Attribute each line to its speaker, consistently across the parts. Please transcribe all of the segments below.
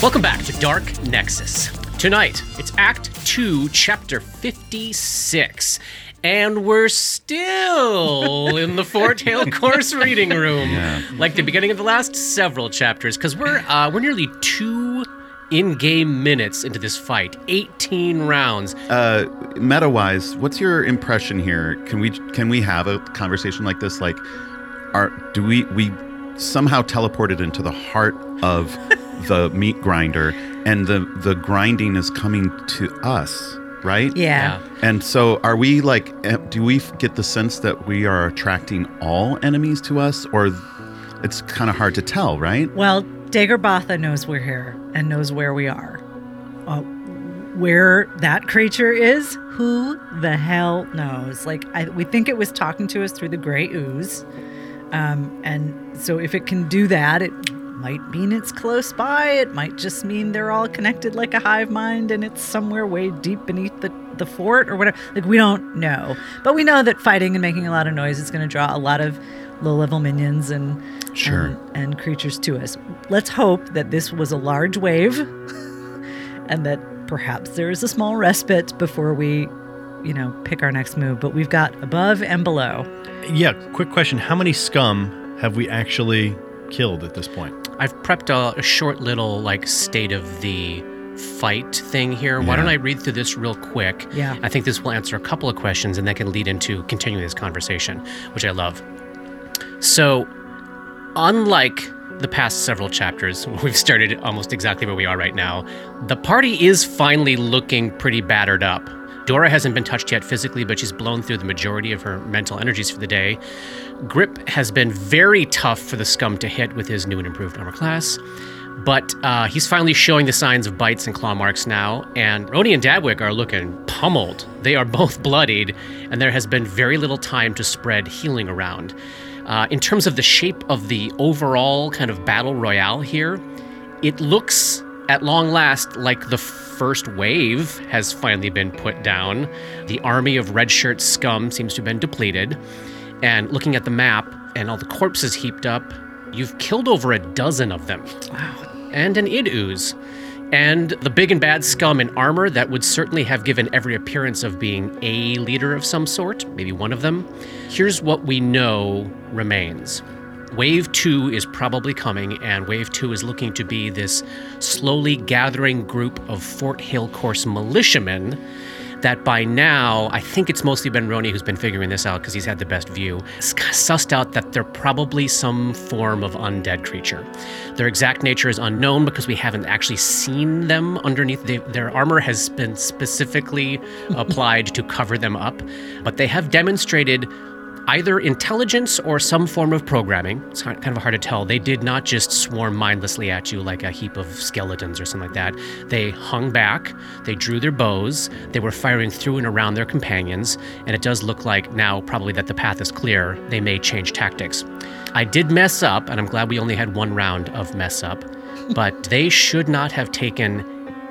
Speaker 1: Welcome back to Dark Nexus. Tonight, it's Act 2, Chapter 56. And we're still in the Four Tail Course reading room, like the beginning of the last several chapters, because we're uh, we're nearly two in-game minutes into this fight, 18 rounds.
Speaker 2: Uh, meta wise, what's your impression here? Can we can we have a conversation like this? Like, are do we we somehow teleported into the heart of the meat grinder, and the the grinding is coming to us, right?
Speaker 3: Yeah.
Speaker 2: And so, are we like? eh, Do we f- get the sense that we are attracting all enemies to us, or it's kind of hard to tell, right?
Speaker 3: Well, Dagorbatha knows we're here and knows where we are. Uh, where that creature is, who the hell knows? Like, I, we think it was talking to us through the gray ooze. Um, and so, if it can do that, it might mean it's close by. It might just mean they're all connected like a hive mind and it's somewhere way deep beneath the, the fort or whatever. Like, we don't know. But we know that fighting and making a lot of noise is going to draw a lot of low level minions and
Speaker 2: Sure.
Speaker 3: and, and creatures to us. Let's hope that this was a large wave and that perhaps there is a small respite before we, you know, pick our next move. But we've got above and below.
Speaker 4: Yeah, quick question. How many scum have we actually killed at this point?
Speaker 1: I've prepped a, a short little like state of the fight thing here. Why don't I read through this real quick?
Speaker 3: Yeah.
Speaker 1: I think this will answer a couple of questions and that can lead into continuing this conversation, which I love. So, unlike the past several chapters, we've started almost exactly where we are right now. The party is finally looking pretty battered up. Dora hasn't been touched yet physically, but she's blown through the majority of her mental energies for the day. Grip has been very tough for the scum to hit with his new and improved armor class. But uh, he's finally showing the signs of bites and claw marks now, and Roni and Dadwick are looking pummeled. They are both bloodied, and there has been very little time to spread healing around. Uh, in terms of the shape of the overall kind of battle royale here, it looks at long last like the first wave has finally been put down. The army of red shirt scum seems to have been depleted. And looking at the map and all the corpses heaped up, you've killed over a dozen of them. And an id ooze. And the big and bad scum in armor that would certainly have given every appearance of being a leader of some sort, maybe one of them. Here's what we know remains. Wave two is probably coming, and wave two is looking to be this slowly gathering group of Fort Hill Course militiamen that by now, I think it's mostly Ben Roney who's been figuring this out because he's had the best view, s- sussed out that they're probably some form of undead creature. Their exact nature is unknown because we haven't actually seen them underneath. They, their armor has been specifically applied to cover them up, but they have demonstrated either intelligence or some form of programming. It's kind kind of hard to tell. They did not just swarm mindlessly at you like a heap of skeletons or something like that. They hung back, they drew their bows, they were firing through and around their companions, and it does look like now probably that the path is clear. They may change tactics. I did mess up, and I'm glad we only had one round of mess up, but they should not have taken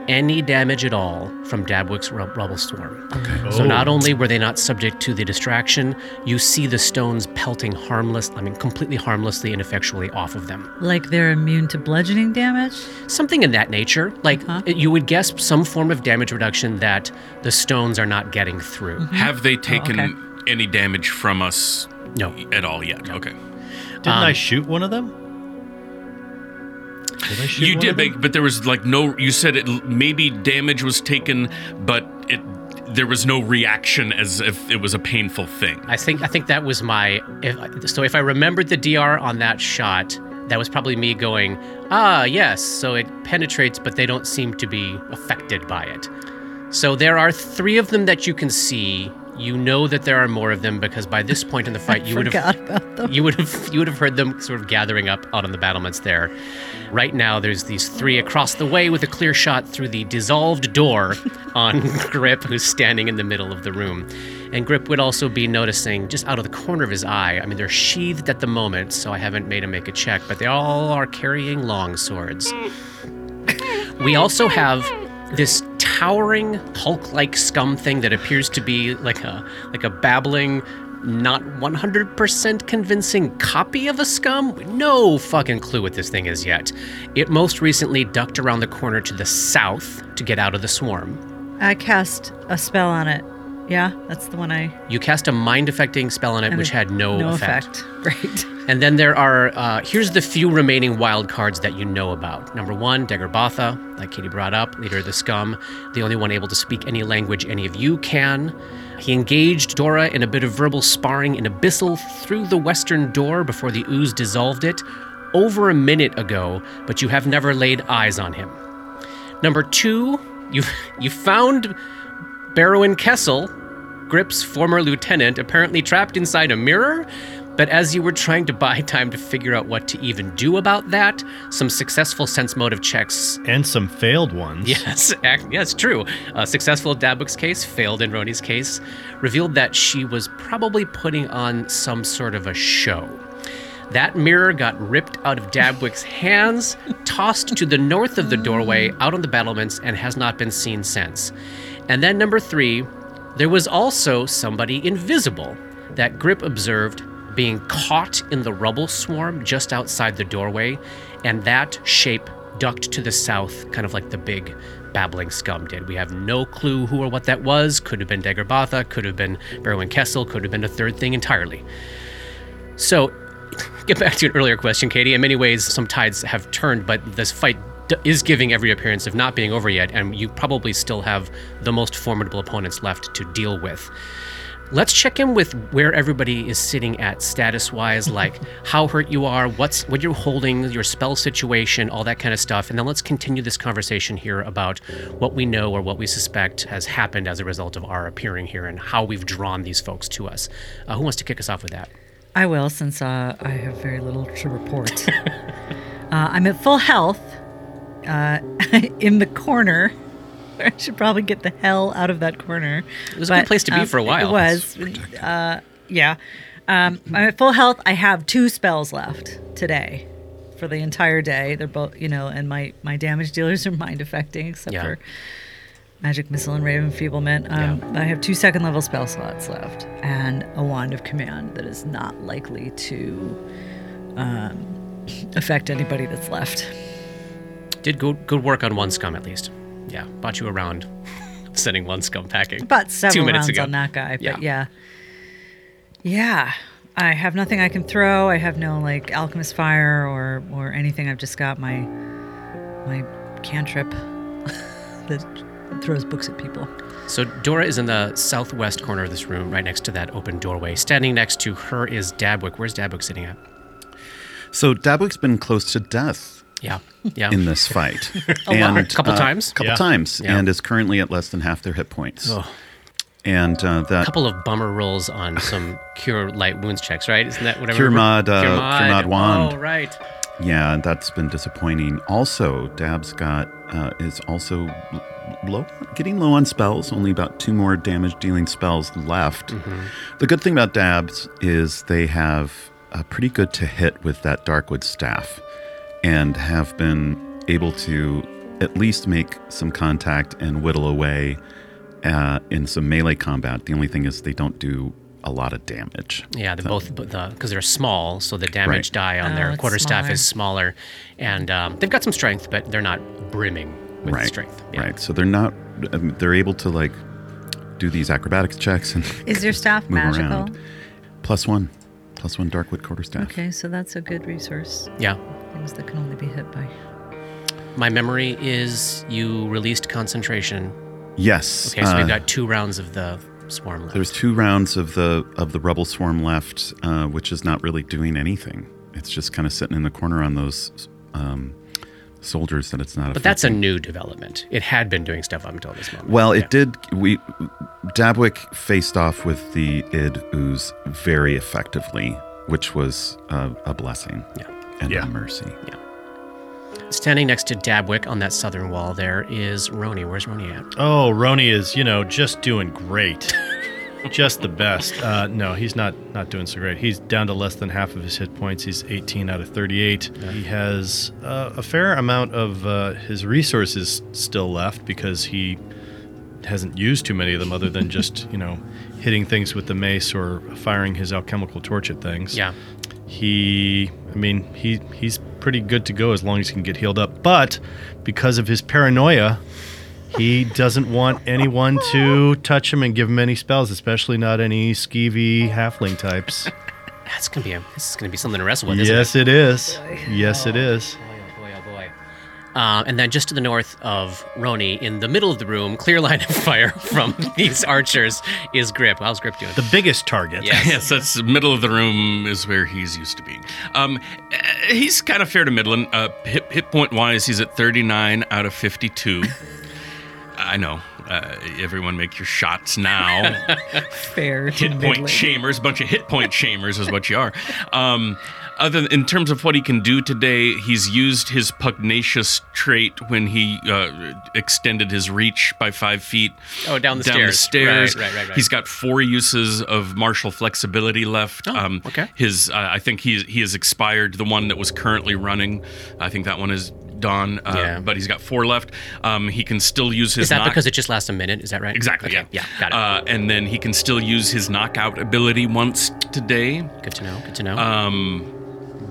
Speaker 1: any damage at all from Dabwick's rub- rubble storm. So not only were they not subject to the distraction, you see the stones pelting harmless, I mean completely harmlessly and effectually off of them.
Speaker 3: Like they're immune to bludgeoning damage.
Speaker 1: Something in that nature. Like it- you would guess some form of damage reduction that the stones are not getting through.
Speaker 5: Have they taken
Speaker 3: okay.
Speaker 5: any damage from us
Speaker 1: No.
Speaker 5: at all yet? Okay.
Speaker 4: Didn't
Speaker 1: Um,
Speaker 4: I shoot one of them? Did I shoot
Speaker 5: you
Speaker 4: one
Speaker 5: did
Speaker 4: of them?
Speaker 5: make, but there was like no. You said it l- maybe damage was taken, but it there was no reaction as if it was a painful thing.
Speaker 1: I think I think that was my if, so if I remembered the DR on that shot, that was probably me going, "Ah, yes, so it penetrates but they don't seem to be affected by it." So there are 3 of them that you can see. You know that there are more of them because by this point in the fight you would
Speaker 3: Forgot
Speaker 1: have
Speaker 3: about them.
Speaker 1: you would have you would have heard them sort of gathering up out on the battlements there. Right now, there's these three across the way with a clear shot through the dissolved door on Grip, who's standing in the middle of the room. And Grip would also be noticing just out of the corner of his eye. I mean, they're sheathed at the moment, so I haven't made him make a check, but they all are carrying long swords. We also have this towering Hulk-like scum thing that appears to be like a like a babbling not 100% convincing copy of a scum? No fucking clue what this thing is yet. It most recently ducked around the corner to the south to get out of the swarm.
Speaker 3: I cast a spell on it. Yeah, that's the one I.
Speaker 1: You cast a mind affecting spell on it,
Speaker 3: and
Speaker 1: which
Speaker 3: it-
Speaker 1: had no,
Speaker 3: no
Speaker 1: effect.
Speaker 3: effect. Great.
Speaker 1: And then there are uh, here's the few remaining wild cards that you know about. Number one, Degarbatha, like Katie brought up, leader of the scum, the only one able to speak any language any of you can. He engaged Dora in a bit of verbal sparring in Abyssal through the western door before the ooze dissolved it over a minute ago, but you have never laid eyes on him. Number two, you you found Barrowin Kessel, Grip's former lieutenant, apparently trapped inside a mirror. But as you were trying to buy time to figure out what to even do about that, some successful sense motive checks.
Speaker 4: and some failed ones.
Speaker 1: Yes, ac- yes, true. A successful Dabuk's case, failed in Roni's case, revealed that she was probably putting on some sort of a show. That mirror got ripped out of Dabwick's hands, tossed to the north of the doorway, out on the battlements, and has not been seen since. And then, number three, there was also somebody invisible that Grip observed being caught in the rubble swarm just outside the doorway, and that shape ducked to the south, kind of like the big babbling scum did. We have no clue who or what that was. Could have been Degarbatha, could have been Berwin Kessel, could have been a third thing entirely. So, get back to an earlier question, Katie. In many ways, some tides have turned, but this fight d- is giving every appearance of not being over yet, and you probably still have the most formidable opponents left to deal with. Let's check in with where everybody is sitting at status wise, like how hurt you are, what's what you're holding, your spell situation, all that kind of stuff. And then let's continue this conversation here about what we know or what we suspect has happened as a result of our appearing here and how we've drawn these folks to us. Uh, who wants to kick us off with that?
Speaker 3: I will, since uh, I have very little to report. uh, I'm at full health, uh, in the corner. I should probably get the hell out of that corner. It
Speaker 1: was a good place to be for a while.
Speaker 3: um, It was. Uh, yeah. Um, I'm at full health. I have two spells left today for the entire day. They're both, you know, and my, my damage dealers are mind affecting, except
Speaker 1: Yeah.
Speaker 3: for Magic Missile and Rave Enfeeblement. Um, I have two second level spell slots left and a Wand of Command that is not likely to um, affect anybody that's left.
Speaker 1: Did good good work on one scum at least. Yeah, bought you around sending one scum packing.
Speaker 3: About several
Speaker 1: Two minutes
Speaker 3: rounds
Speaker 1: ago.
Speaker 3: on that guy,
Speaker 1: Yeah.
Speaker 3: but yeah. yeah. I have nothing I can throw. I have no like alchemist fire or or anything. I've just got my my cantrip that throws books at people.
Speaker 1: So Dora is in the southwest corner of this room, right next to that open doorway. Standing next to her is Dabwick. Where's Dabwick sitting at?
Speaker 2: So Dabwick's been close to death
Speaker 1: Yeah, yeah.
Speaker 4: Oh,
Speaker 2: in this fight, uh,
Speaker 1: lot. Couple times?
Speaker 2: couple
Speaker 4: Yeah.
Speaker 2: times,
Speaker 1: Yeah.
Speaker 2: and is currently at less than half their hit points.
Speaker 1: Oh.
Speaker 2: And uh, that
Speaker 1: couple of bummer rolls on some cure light wounds checks, right? Isn't that whatever?
Speaker 2: Cure mod, uh,
Speaker 1: Cure
Speaker 2: cure mod wand.
Speaker 1: Oh, right.
Speaker 2: Yeah, and that's been disappointing. Also, Dab's got uh, is also l- low, getting low on spells. Only about two more damage dealing spells left. The good thing about Dabs is they have uh, pretty good to hit with that Darkwood staff, and have been able to at least make some contact and whittle away uh, in some melee combat. The only thing is they don't do a lot of damage.
Speaker 1: Yeah, they're both but the because they're small, so the damage
Speaker 2: Right.
Speaker 1: die on
Speaker 3: Oh,
Speaker 1: their
Speaker 3: it's
Speaker 1: quarterstaff is smaller, and um, they've got some strength, but they're not brimming with
Speaker 2: right.
Speaker 1: strength. Yeah.
Speaker 2: Right. So they're not. Um, they're able to like do these acrobatics checks and
Speaker 3: Is your staff
Speaker 2: move
Speaker 3: magical?
Speaker 2: around. Plus one, plus one Darkwood quarterstaff.
Speaker 3: Okay, so that's a good resource.
Speaker 1: Yeah.
Speaker 3: Things that can only be hit by.
Speaker 1: My memory is you released concentration.
Speaker 2: Yes.
Speaker 1: Okay, so we've
Speaker 2: uh,
Speaker 1: got two rounds of the swarm left.
Speaker 2: There's two rounds of the of the rubble swarm left, uh, which is not really doing anything. It's just kind of sitting in the corner on those um, soldiers that it's not.
Speaker 1: But that's a new development. It had been doing stuff up until this moment.
Speaker 2: Well, it
Speaker 1: Yeah.
Speaker 2: did. We Dabwick faced off with the id ooze very effectively, which was a, a blessing
Speaker 1: Yeah.
Speaker 2: and
Speaker 4: Yeah.
Speaker 2: a mercy.
Speaker 1: Standing next to Dabwick on that southern wall, there is Roni. Where's Roni at?
Speaker 4: Oh, Roni is, you know, just doing great. just the best. Uh, no, he's not not doing so great. He's down to less than half of his hit points. He's 18 out of 38. He has uh, a fair amount of uh, his resources still left because he hasn't used too many of them other than just, you know, hitting things with the mace or firing his alchemical torch at things.
Speaker 1: Yeah.
Speaker 4: He, I mean, he he's pretty good to go as long as he can get healed up. But because of his paranoia, he doesn't want anyone to touch him and give him any spells, especially not any skeevy halfling types.
Speaker 1: That's gonna be a, this is gonna be something to wrestle with. Isn't it?
Speaker 4: yes, it is. Yes, it is.
Speaker 1: Boy, oh boy, oh boy. Uh, and then just to the north of Roni, in the middle of the room, clear line of fire from these archers is Grip. How's Grip doing?
Speaker 4: The biggest target.
Speaker 1: Yes.
Speaker 5: Yes, that's the middle of the room is where he's used to being. Um, eh, he's kind of fair to middling. Uh, hit, hit point wise, he's at 39 out of 52. I know. Uh, everyone make your shots now.
Speaker 3: Fair. to
Speaker 5: hit point
Speaker 3: middling.
Speaker 5: shamers, bunch of hit point shamers is what you are. Um, other in terms of what he can do today, he's used his pugnacious trait when he uh, extended his reach by five feet.
Speaker 1: Oh, down the
Speaker 5: stairs.
Speaker 1: stairs. Right, right, right, right.
Speaker 5: He's got four uses of martial flexibility left. um,
Speaker 1: Oh, okay.
Speaker 5: His, uh, I think he he has expired the one that was currently running. I think that one is done. Uh,
Speaker 1: Yeah.
Speaker 5: But he's got four left. Um, he can still use his.
Speaker 1: is that
Speaker 5: knock-
Speaker 1: because it just lasts a minute? Is that right?
Speaker 5: Exactly.
Speaker 1: Okay,
Speaker 5: yeah.
Speaker 1: Got it.
Speaker 5: Uh, and then he can still use his knockout ability once today.
Speaker 1: good to know. Good to know.
Speaker 5: Um,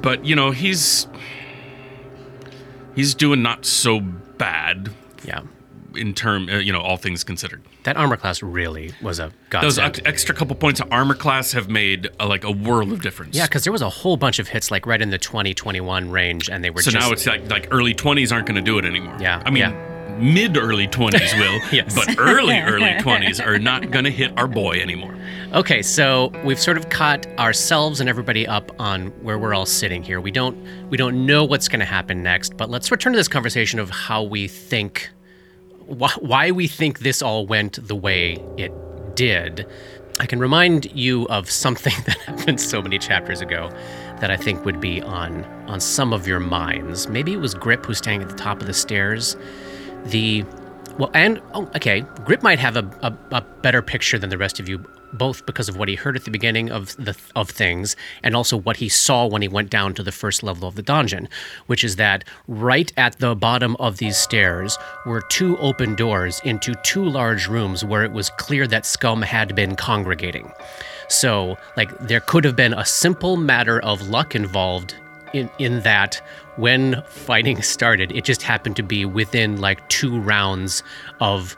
Speaker 5: but you know he's he's doing not so bad
Speaker 1: yeah.
Speaker 5: in term. Uh, you know, all things considered,
Speaker 1: That armor class really was a
Speaker 5: those
Speaker 1: godsend.
Speaker 5: ex- extra couple points of armor class have made uh, like a world of difference.
Speaker 1: yeah, because there was a whole bunch of hits like right in the 20, 21 range, and they were
Speaker 5: So
Speaker 1: just.
Speaker 5: now it's like like early twenties aren't going to do it anymore.
Speaker 1: Yeah,
Speaker 5: I mean.
Speaker 1: yeah.
Speaker 5: Mid early 20s will,
Speaker 1: Yes.
Speaker 5: but early, early 20s are not going to hit our boy anymore.
Speaker 1: Okay, so we've sort of caught ourselves and everybody up on where we're all sitting here. We don't we don't know what's going to happen next, but let's return to this conversation of how we think why, why we think this all went the way it did. I can remind you of something that happened so many chapters ago that I think would be on on some of your minds. Maybe it was Grip who's standing at the top of the stairs. The well, and oh, okay, Grip might have a, a, a better picture than the rest of you, both because of what he heard at the beginning of the of things, and also what he saw when he went down to the first level of the dungeon, which is that right at the bottom of these stairs were two open doors into two large rooms where it was clear that scum had been congregating. So, like, there could have been a simple matter of luck involved in, in that when fighting started, it just happened to be within like two rounds of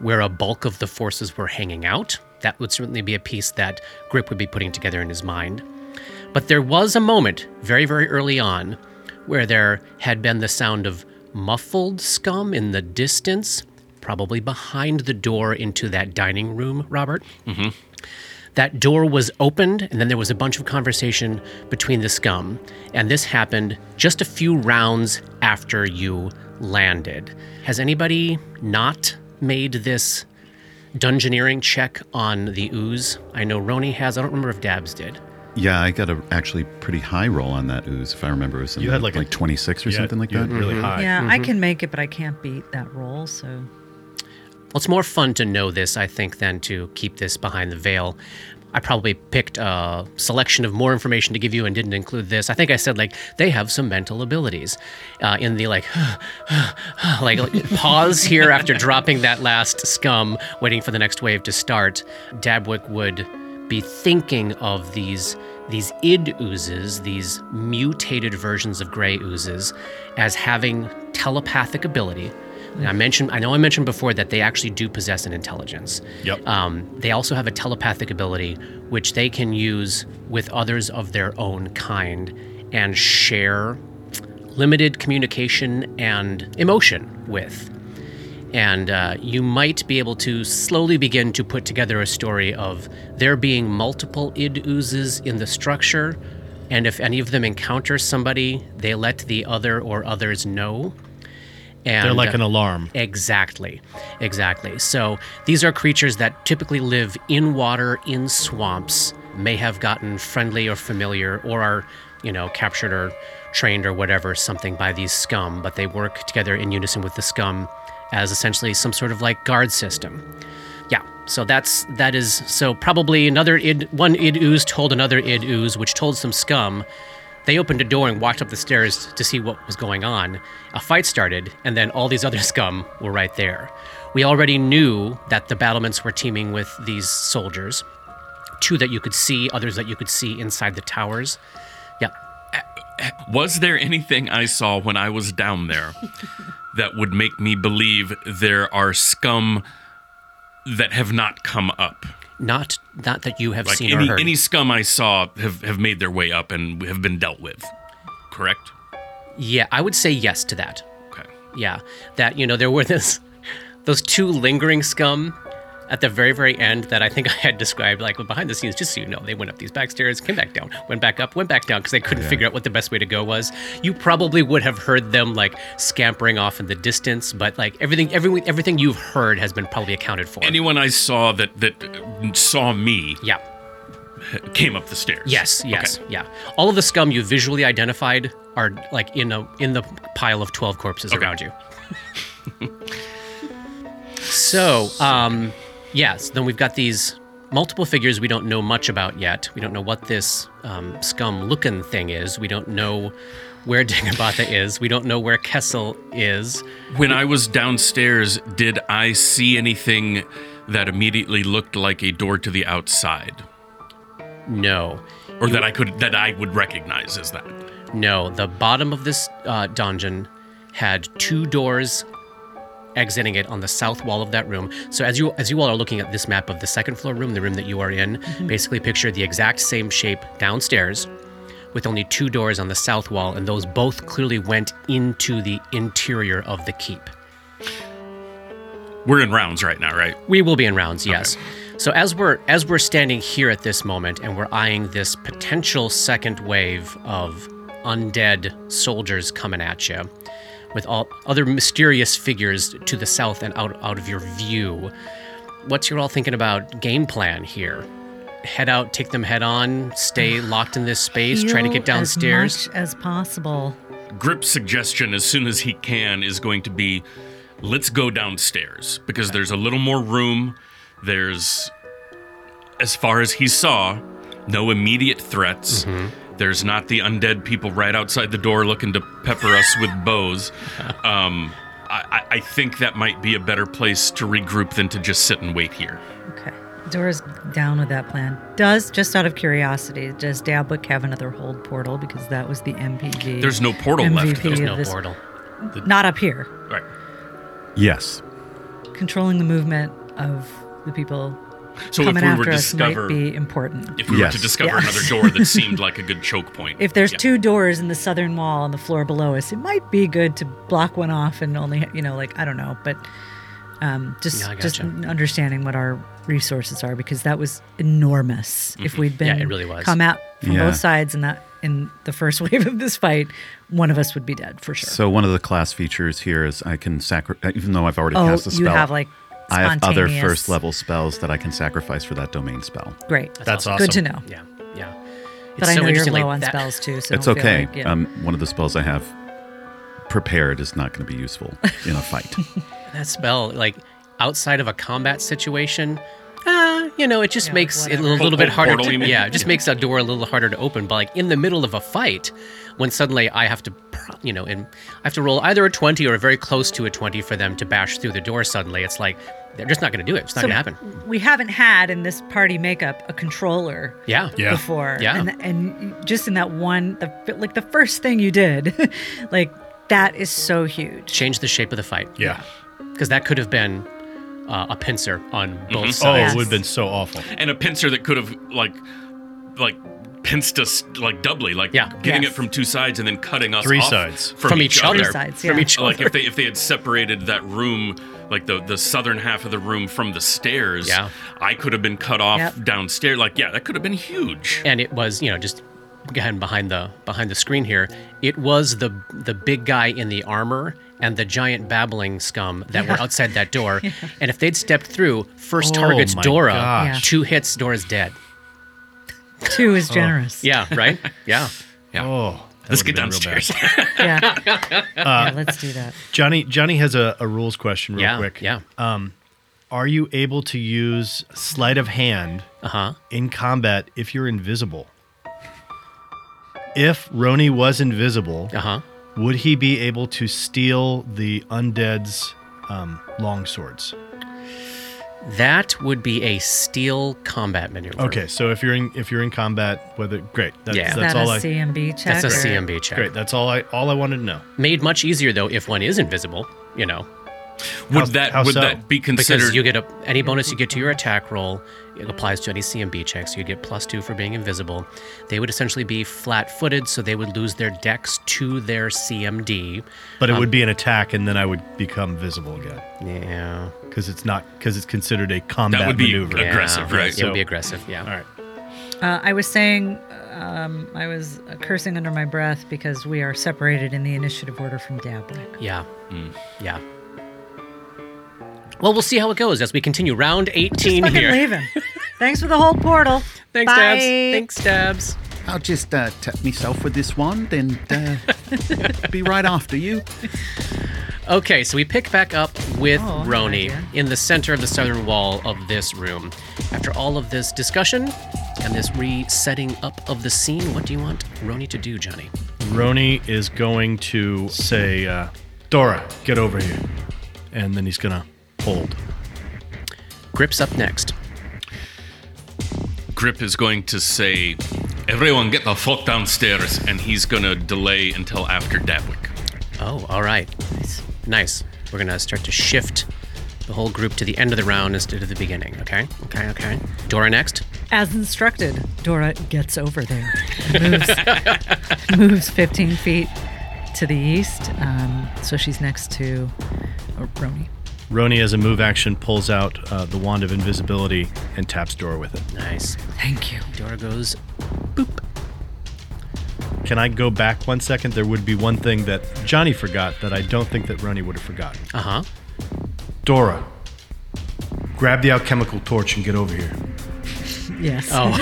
Speaker 1: where a bulk of the forces were hanging out. That would certainly be a piece that Grip would be putting together in his mind. But there was a moment, very, very early on, where there had been the sound of muffled scum in the distance, probably behind the door into that dining room, Robert that door was opened and then there was a bunch of conversation between the scum and this happened just a few rounds after you landed has anybody not made this dungeoneering check on the ooze i know roni has i don't remember if dabs did
Speaker 2: Yeah, I got a actually pretty high roll on that ooze, if I remember. It was in
Speaker 4: You
Speaker 2: the-
Speaker 4: had like a-
Speaker 2: 26 or
Speaker 4: Yeah,
Speaker 2: something like
Speaker 4: you
Speaker 2: that.
Speaker 4: had Really high.
Speaker 3: Yeah,
Speaker 1: Mm-hmm.
Speaker 3: I can make it, but I can't beat that roll. So
Speaker 1: Well, it's more fun to know this, I think, than to keep this behind the veil. I probably picked a selection of more information to give you and didn't include this. I think I said like they have some mental abilities, uh, in the like, like, like pause here after dropping that last scum, waiting for the next wave to start. Dabwick would be thinking of these these id oozes, these mutated versions of gray oozes, as having telepathic ability. And I mentioned, I know I mentioned before that they actually do possess an intelligence.
Speaker 4: Yep.
Speaker 1: Um, they also have a telepathic ability which they can use with others of their own kind and share limited communication and emotion with. And uh, you might be able to slowly begin to put together a story of there being multiple id oozes in the structure, and if any of them encounter somebody, they let the other or others know. And
Speaker 4: They're like
Speaker 1: uh,
Speaker 4: an alarm.
Speaker 1: Exactly. Exactly. So these are creatures that typically live in water, in swamps, may have gotten friendly or familiar, or are, you know, captured or trained or whatever, something by these scum, but they work together in unison with the scum as essentially some sort of like guard system. Yeah. So that's that is so probably another id one id ooze told another id ooze, which told some scum. They opened a door and walked up the stairs to see what was going on. A fight started, and then all these other scum were right there. We already knew that the battlements were teeming with these soldiers. Two that you could see, others that you could see inside the towers. Yeah.
Speaker 5: Was there anything I saw when I was down there that would make me believe there are scum that have not come up?
Speaker 1: Not not that you have
Speaker 5: Like
Speaker 1: seen or
Speaker 5: any,
Speaker 1: heard.
Speaker 5: any scum I saw have, have made their way up and have been dealt with, correct?
Speaker 1: Yeah, I would say yes to that.
Speaker 5: Okay.
Speaker 1: Yeah, that you know there were this, those two lingering scum, at the very very end that I think I had described like behind the scenes. Just so you know, they went up these back stairs, came back down, went back up, went back down because they couldn't figure out what the best way to go was. You probably would have heard them like scampering off in the distance, but like everything every, everything you've heard has been probably accounted for.
Speaker 5: Anyone I saw that that saw me
Speaker 1: yeah.
Speaker 5: came up the stairs.
Speaker 1: Yes, yes,
Speaker 5: Okay.
Speaker 1: yeah. All of the scum you visually identified are like in a in the pile of twelve corpses
Speaker 5: Okay.
Speaker 1: around you. so, um, yes. Then we've got these multiple figures we don't know much about yet. We don't know what this um, scum-looking thing is. We don't know where Dagobata is. We don't know where Kessel is.
Speaker 5: When I was downstairs, did I see anything that immediately looked like a door to the outside,
Speaker 1: No.
Speaker 5: or that I could that I would recognize as that?
Speaker 1: No, the bottom of this uh, dungeon had two doors exiting it on the south wall of that room. So as you as you all are looking at this map of the second floor room, the room that you are in, basically picture the exact same shape downstairs with only two doors on the south wall and those both clearly went into the interior of the keep.
Speaker 5: We're in rounds right now, right?
Speaker 1: We will be in rounds, yes. So as we're as we're standing here at this moment and we're eyeing this potential second wave of undead soldiers coming at you with all other mysterious figures to the south and out out of your view. What's you all thinking about game plan here? Head out, take them head on, stay locked in this space, try to
Speaker 3: Heal
Speaker 1: get downstairs.
Speaker 3: as much as possible.
Speaker 5: Grip's suggestion, as soon as he can, is going to be, let's go downstairs because there's a little more room. There's, as far as he saw, no immediate threats. There's not the undead people right outside the door looking to pepper us with bows. Um, I, I I think that might be a better place to regroup than to just sit and wait here.
Speaker 3: Okay. Dora's down with that plan. Does, just out of curiosity, does Dablik have another hold portal? Because that was the MPG.
Speaker 5: There's no portal left.
Speaker 3: MVP.
Speaker 5: Though.
Speaker 1: There's
Speaker 3: Yeah,
Speaker 1: no
Speaker 3: this-
Speaker 1: portal.
Speaker 3: Not up here.
Speaker 5: Right.
Speaker 2: Mm-hmm. Yes.
Speaker 3: Controlling the movement of the people
Speaker 5: So if
Speaker 3: coming
Speaker 5: we were
Speaker 3: after
Speaker 5: to
Speaker 3: us
Speaker 5: discover,
Speaker 3: might be important.
Speaker 5: if we
Speaker 2: Yes.
Speaker 5: were to discover
Speaker 3: Yeah.
Speaker 5: another door that seemed like a good choke point,
Speaker 3: If there's
Speaker 5: yeah.
Speaker 3: two doors in the southern wall on the floor below us, it might be good to block one off and only, you know, like I don't know, but um, just
Speaker 1: Yeah, I
Speaker 3: just
Speaker 1: gotcha.
Speaker 3: understanding what our resources are because that was enormous. If we'd been
Speaker 1: Mm-hmm. Yeah, it really was.
Speaker 3: come out from
Speaker 2: Yeah.
Speaker 3: both sides in that in the first wave of this fight, one of us would be dead for sure.
Speaker 2: So one of the class features here is I can sacrifice, even though I've already
Speaker 3: oh,
Speaker 2: cast a spell.
Speaker 3: you have like
Speaker 2: I have other
Speaker 3: spontaneous-
Speaker 2: first level spells that I can sacrifice for that domain spell.
Speaker 3: Great,
Speaker 4: That's awesome.
Speaker 3: good to know.
Speaker 1: Yeah. Yeah.
Speaker 3: But I know you're low on
Speaker 1: that-
Speaker 3: spells too, so
Speaker 2: it's
Speaker 3: don't feel
Speaker 2: okay.
Speaker 3: like- yeah.
Speaker 2: um, one of the spells I have prepared is not going to be useful in a fight.
Speaker 1: That spell, like outside of a combat situation, uh, you know, it just
Speaker 3: Yeah,
Speaker 1: makes it a
Speaker 3: whatever.
Speaker 1: little, little bit
Speaker 5: Portal,
Speaker 1: harder.
Speaker 5: portal, you
Speaker 1: To,
Speaker 5: mean?
Speaker 1: yeah, it just makes a door a little harder to open. But like in the middle of a fight, when suddenly I have to, pro- you know, and I have to roll either a twenty or a very close to a twenty for them to bash through the door. Suddenly, it's like they're just not going to do it. It's not going to happen.
Speaker 3: we haven't had in this party makeup a controller
Speaker 1: Yeah.
Speaker 4: Yeah.
Speaker 3: before
Speaker 1: Yeah.
Speaker 3: and, and just in that one the like the first thing you did like that is so huge
Speaker 1: Change the shape of the fight
Speaker 4: Yeah.
Speaker 1: because that could have been uh, a pincer on both
Speaker 5: Mm-hmm.
Speaker 4: Oh,
Speaker 1: sides.
Speaker 4: it would have been so awful.
Speaker 5: and a pincer that could have like like pinced us like doubly like
Speaker 1: Yeah.
Speaker 5: getting
Speaker 3: Yes.
Speaker 5: it from two sides and then cutting us
Speaker 4: Three
Speaker 5: off
Speaker 4: sides.
Speaker 5: from, each, other, Oh,
Speaker 3: Three sides,
Speaker 1: From
Speaker 3: yeah.
Speaker 1: each
Speaker 5: like
Speaker 1: other.
Speaker 5: if they if they had separated that room like the the southern half of the room from the stairs
Speaker 1: Yeah.
Speaker 5: i could have been cut off
Speaker 3: Yep.
Speaker 5: downstairs like yeah that could have been huge
Speaker 1: and it was you know just again behind the behind the screen here it was the the big guy in the armor and the giant babbling scum that were outside that door and if they'd stepped through first
Speaker 4: Oh
Speaker 1: targets
Speaker 4: my
Speaker 1: dora
Speaker 4: gosh.
Speaker 1: two hits dora's dead
Speaker 3: two is generous
Speaker 1: Oh. yeah right yeah
Speaker 4: Oh. that
Speaker 5: let's get
Speaker 4: would've been real bad.
Speaker 5: downstairs
Speaker 3: yeah.
Speaker 4: Uh,
Speaker 3: Yeah, let's do that
Speaker 4: Johnny Johnny has a, a rules question real
Speaker 1: yeah
Speaker 4: quick.
Speaker 1: yeah
Speaker 4: Are you able to use sleight of hand
Speaker 1: uh-huh
Speaker 4: in combat if you're invisible? If Roni was invisible,
Speaker 1: uh-huh
Speaker 4: would he be able to steal the undead's um, long swords.
Speaker 1: That would be a steel combat maneuver.
Speaker 4: Okay, so if you're in if you're in combat, whether great, that's,
Speaker 1: Yeah.
Speaker 4: that's
Speaker 3: that
Speaker 4: all
Speaker 3: a
Speaker 4: I
Speaker 3: CMB check?
Speaker 1: That's a
Speaker 3: or-
Speaker 1: CMB check.
Speaker 4: great. That's all I all I wanted to know.
Speaker 1: Made much easier though if one is invisible, you know,
Speaker 4: How-
Speaker 5: Would that
Speaker 4: how
Speaker 5: would
Speaker 4: so?
Speaker 5: that be
Speaker 1: because
Speaker 5: considered?
Speaker 1: you get a, any bonus you get to your attack roll. It applies to any CMB checks. You get plus two for being invisible. They would essentially be flat-footed, so they would lose their dex to their CMD.
Speaker 4: But
Speaker 5: Um,
Speaker 4: it would be an attack, and then I would become visible again
Speaker 1: Yeah,
Speaker 4: because it's not because it's considered a combat
Speaker 5: that would be
Speaker 4: maneuver.
Speaker 1: Yeah.
Speaker 5: aggressive, right?
Speaker 1: It would be
Speaker 4: So-
Speaker 1: aggressive. Yeah.
Speaker 4: All right.
Speaker 3: Uh, I was saying, um, I was uh, cursing under my breath because we are separated in the initiative order from Dabnik.
Speaker 1: Yeah. Yeah. Well, we'll see how it goes as we continue round 18
Speaker 3: Fucking
Speaker 1: here.
Speaker 3: leaving. Thanks for the whole portal.
Speaker 1: Thanks,
Speaker 3: Bye.
Speaker 1: Dabs. Thanks, Dabs.
Speaker 2: I'll just uh, tap myself with this wand and uh, be right after you.
Speaker 1: Okay, so we pick back up with
Speaker 3: Oh, I have an
Speaker 1: Roni
Speaker 3: idea.
Speaker 1: in the center of the southern wall of this room. After all of this discussion and this resetting up of the scene, what do you want Roni to do, Johnny?
Speaker 4: Roni is going to say, uh, "Dora, get over here," and then he's gonna hold.
Speaker 1: Grip's up next.
Speaker 5: Grip is going to say, "Everyone, get the fuck downstairs," and he's going to delay until after Dabwick.
Speaker 1: Oh, all right. Nice. Nice. We're going to start to shift the whole group to the end of the round instead of the beginning, okay? Okay, okay. Dora next.
Speaker 3: As instructed, Dora gets over there, moves, moves 15 feet to the east. Um, so she's next to uh, Roni.
Speaker 4: Roni, as a move action, pulls out uh, the wand of invisibility and taps Dora with it.
Speaker 1: Nice.
Speaker 3: Thank you.
Speaker 1: Dora goes
Speaker 4: Can I go back one second? There would be one thing that Johnny forgot that I don't think that Roni would have forgotten.
Speaker 1: Uh huh.
Speaker 4: Dora, grab the alchemical torch and get over here.
Speaker 3: Yes.
Speaker 1: Oh,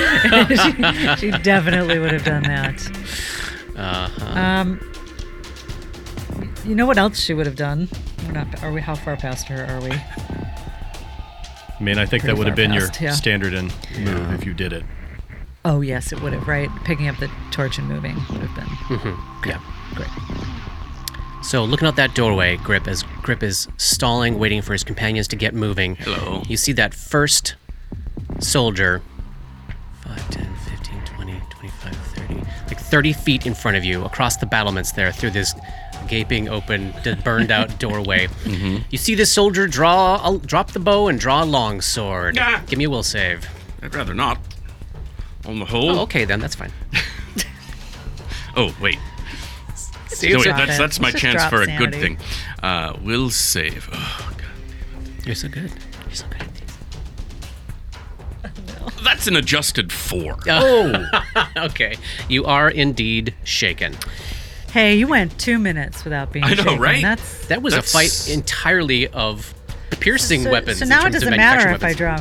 Speaker 3: she, she definitely would have done that. Um, you know what else she would have done? We're not. Are we? How far past her are we?
Speaker 4: I mean, I think
Speaker 3: Pretty
Speaker 4: that would have
Speaker 3: far
Speaker 4: been
Speaker 3: past,
Speaker 4: your
Speaker 3: yeah.
Speaker 4: standard and move if you did it.
Speaker 3: Oh yes, it would have. Right, picking up the torch and moving would have been
Speaker 1: yeah.
Speaker 3: great.
Speaker 1: So looking out that doorway, Grip as Grip is stalling, waiting for his companions to get moving.
Speaker 5: Hello.
Speaker 1: You see that first soldier 5, 10, 15, 20, 25, 30, like 30 feet in front of you across the battlements there through this gaping open, d- burned out doorway. You see this soldier draw, uh, drop the bow and draw a long sword.
Speaker 5: Ah.
Speaker 1: Give me a will save.
Speaker 5: I'd rather not. On the whole.
Speaker 1: Oh, okay then, that's fine.
Speaker 5: Oh, wait.
Speaker 1: See,
Speaker 5: No, wait,
Speaker 1: so-
Speaker 3: drop
Speaker 5: that's
Speaker 3: it.
Speaker 5: that's my
Speaker 3: Just
Speaker 5: chance
Speaker 3: drop
Speaker 5: for a good
Speaker 3: sanity.
Speaker 5: thing. Uh, will save. Oh, God.
Speaker 1: you're so good. You're so good at these.
Speaker 5: That's an adjusted four.
Speaker 1: Oh, okay. You are indeed shaken.
Speaker 3: Hey, you went two minutes without being.
Speaker 5: I know,
Speaker 3: shaken.
Speaker 5: right?
Speaker 3: That's
Speaker 1: That was a
Speaker 5: That's-
Speaker 1: fight entirely of piercing
Speaker 3: so,
Speaker 1: weapons.
Speaker 3: So
Speaker 1: in
Speaker 3: now it
Speaker 1: terms of
Speaker 3: doesn't
Speaker 1: manufactured
Speaker 3: matter if I
Speaker 1: weapons.
Speaker 3: draw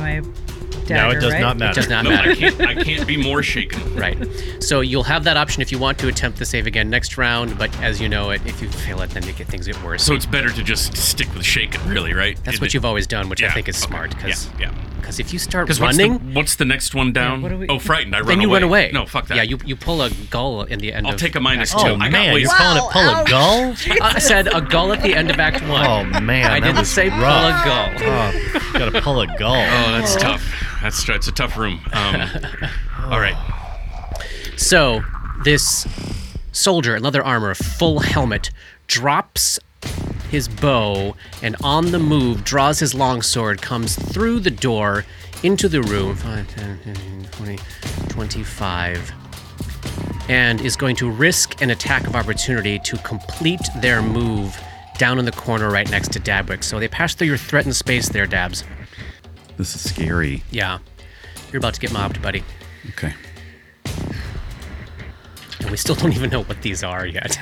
Speaker 3: my dagger.
Speaker 4: No, it does
Speaker 3: right?
Speaker 4: not matter.
Speaker 1: It does not
Speaker 5: no, I
Speaker 1: matter.
Speaker 5: can't. I can't be more shaken.
Speaker 1: right. So you'll have that option if you want to attempt the save again next round. But as you know, it if you fail it, then you get things get worse.
Speaker 5: So it's better to just stick with shaken, really, right?
Speaker 1: that's
Speaker 5: Is
Speaker 1: what
Speaker 5: it-
Speaker 1: you've always done, which I
Speaker 5: Yeah,
Speaker 1: think is
Speaker 5: okay,
Speaker 1: smart because
Speaker 5: yeah, yeah.
Speaker 1: if you start
Speaker 5: Because what's the,
Speaker 1: running,
Speaker 5: what's the next one down?
Speaker 3: what do we-
Speaker 5: oh, frightened. I run
Speaker 1: then you
Speaker 5: away.
Speaker 1: run away.
Speaker 5: No, fuck that.
Speaker 1: Yeah, you you pull a gull in the end.
Speaker 5: I'll
Speaker 1: of
Speaker 5: take a minus
Speaker 1: act
Speaker 5: two.
Speaker 1: two.
Speaker 5: Oh, I got ways.
Speaker 4: calling it pull a gull?
Speaker 1: I said a gull at the end of Act One.
Speaker 4: Oh man,
Speaker 1: I
Speaker 4: that
Speaker 1: didn't
Speaker 4: was
Speaker 1: say pull
Speaker 4: rough.
Speaker 1: a gull.
Speaker 4: Oh, gotta pull a gull.
Speaker 5: Oh, that's tough. That's tr- it's a tough room. Um, all right.
Speaker 1: Oh, So, this soldier in leather armor, full helmet, drops his bow and on the move draws his longsword, comes through the door into the room, 5, 10, 15, 20, 25, and is going to risk an attack of opportunity to complete their move down in the corner right next to Dabwick. So, they pass through your threatened space there, Dabs.
Speaker 2: This is scary.
Speaker 1: Yeah. You're about to get mobbed, buddy.
Speaker 2: Okay.
Speaker 1: And we still don't even know what these are yet.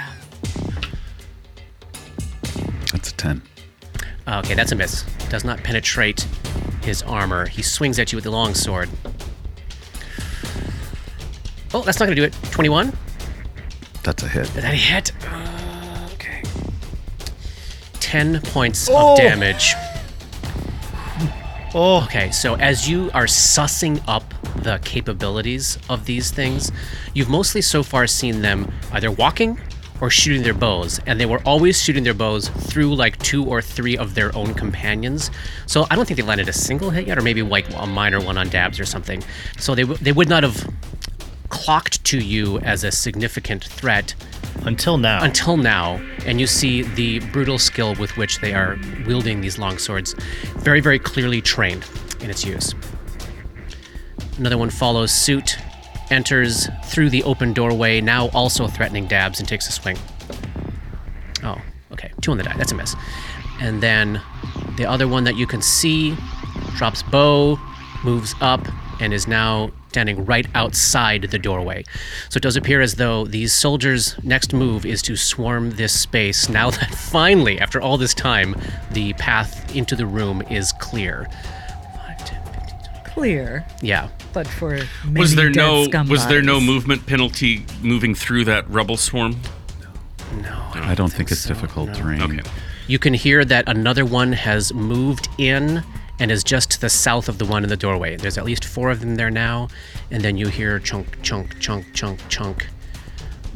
Speaker 2: That's a 10.
Speaker 1: Okay, that's a miss. Does not penetrate his armor. He swings at you with the long sword. Oh, that's not gonna do it. Twenty-one.
Speaker 2: That's a hit.
Speaker 1: Did that hit? Uh, okay. Ten points of damage.
Speaker 4: Oh.
Speaker 1: Okay, so as you are sussing up the capabilities of these things, you've mostly so far seen them either walking or shooting their bows, and they were always shooting their bows through like two or three of their own companions. So I don't think they landed a single hit yet, or maybe like a minor one on dabs or something. So they w- they would not have clocked to you as a significant threat
Speaker 4: Until now.
Speaker 1: until now, and you see the brutal skill with which they are wielding these long swords, very, very clearly trained in its use. Another one follows suit, enters through the open doorway, now also threatening dabs, and takes a swing. Oh, okay, two on the die. That's a miss. And then the other one that you can see drops bow, moves up, and is now standing right outside the doorway. So it does appear as though these soldiers' next move is to swarm this space now that finally, after all this time, the path into the room is clear. Five, 10, 15, 20.
Speaker 3: Clear,
Speaker 1: Yeah.
Speaker 3: but for many
Speaker 5: Was there
Speaker 3: dead
Speaker 5: no
Speaker 3: scum
Speaker 5: was there no
Speaker 3: bodies.
Speaker 5: movement penalty moving through that rubble swarm?
Speaker 1: No.
Speaker 2: I don't think it's difficult terrain.
Speaker 5: Okay.
Speaker 1: You can hear that another one has moved in and is just to the south of the one in the doorway. There's at least four of them there now, and then you hear chunk, chunk, chunk, chunk, chunk.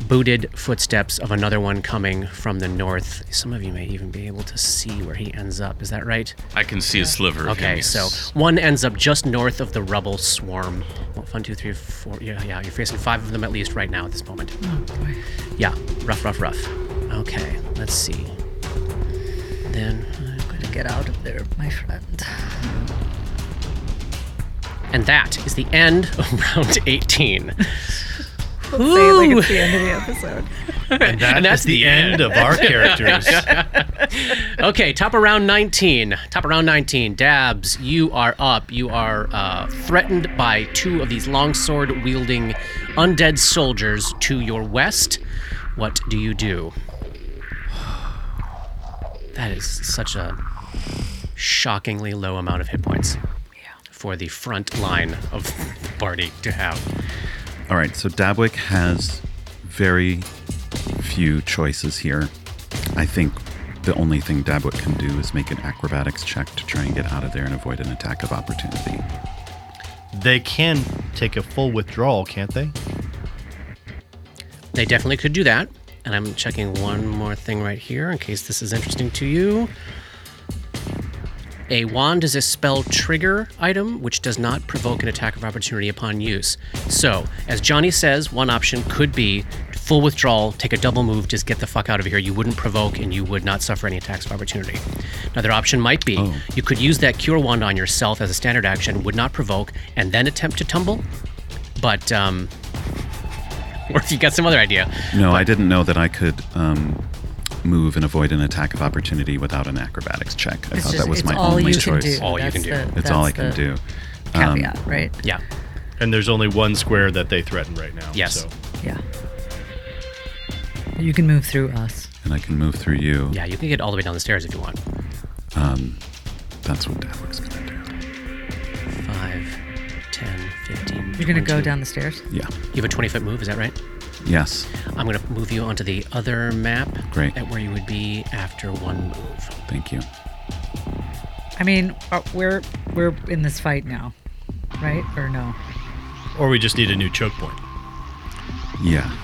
Speaker 1: Booted footsteps of another one coming from the north. Some of you may even be able to see where he ends up. Is that right?
Speaker 5: I can see a sliver. of him,
Speaker 1: Okay,
Speaker 5: yes.
Speaker 1: so one ends up just north of the rubble swarm. Well, One, two, three, four. Yeah, yeah. You're facing five of them at least right now at this moment. Yeah, rough, rough, rough. Okay, let's see. Then,
Speaker 3: Gotta get out of there, my friend.
Speaker 1: and that is the end of round 18.
Speaker 3: Let's say it like it's the end of the episode.
Speaker 1: and
Speaker 4: that's the end of our characters.
Speaker 1: Okay, top of round 19. Top of round 19. Dabs, you are up. You are uh, threatened by two of these longsword wielding undead soldiers to your west. What do you do? That is such a shockingly low amount of hit points for the front line of the party to have.
Speaker 2: All right, so Dabwick has very few choices here. I think the only thing Dabwick can do is make an acrobatics check to try and get out of there and avoid an attack of opportunity.
Speaker 4: they can take a full withdrawal, can't they?
Speaker 1: They definitely could do that. And I'm checking one more thing right here in case this is interesting to you. A wand is a spell trigger item which does not provoke an attack of opportunity upon use. So, as Johnny says, one option could be full withdrawal, take a double move, just get the fuck out of here. You wouldn't provoke and you would not suffer any attacks of opportunity. Another option might be you could use that cure wand on yourself as a standard action, would not provoke, and then attempt to tumble. But, um, or if you got some other idea,
Speaker 2: No, I didn't know that I could um, move and avoid an attack of opportunity without an acrobatics check. I
Speaker 3: It's
Speaker 2: thought
Speaker 3: just
Speaker 2: that was
Speaker 3: it's
Speaker 2: my
Speaker 3: all
Speaker 2: only
Speaker 3: you
Speaker 2: choice.
Speaker 3: can do.
Speaker 1: All you
Speaker 3: That's
Speaker 1: can do.
Speaker 3: the-
Speaker 1: It's
Speaker 2: It's all I
Speaker 3: that's
Speaker 2: can
Speaker 3: the
Speaker 2: do. Um,
Speaker 3: Caveat, right?
Speaker 1: yeah.
Speaker 4: And there's only one square that they threaten right now.
Speaker 1: Yes.
Speaker 4: So
Speaker 3: Yeah. You can move through us.
Speaker 2: And I can move through you.
Speaker 1: Yeah, you can get all the way down the stairs if you want.
Speaker 2: That's what Dabwick's going to do.
Speaker 1: 5, 10, 15.
Speaker 3: You're gonna go
Speaker 1: 20.
Speaker 3: down the stairs.
Speaker 2: Yeah.
Speaker 1: You have a 20 foot move, is that right?
Speaker 2: Yes.
Speaker 1: I'm going to move you onto the other map.
Speaker 2: Great.
Speaker 1: At where you would be after one move.
Speaker 2: Thank you.
Speaker 3: I mean, uh, we're we're in this fight now, right? Or no?
Speaker 4: or we just need a new choke point.
Speaker 2: Yeah.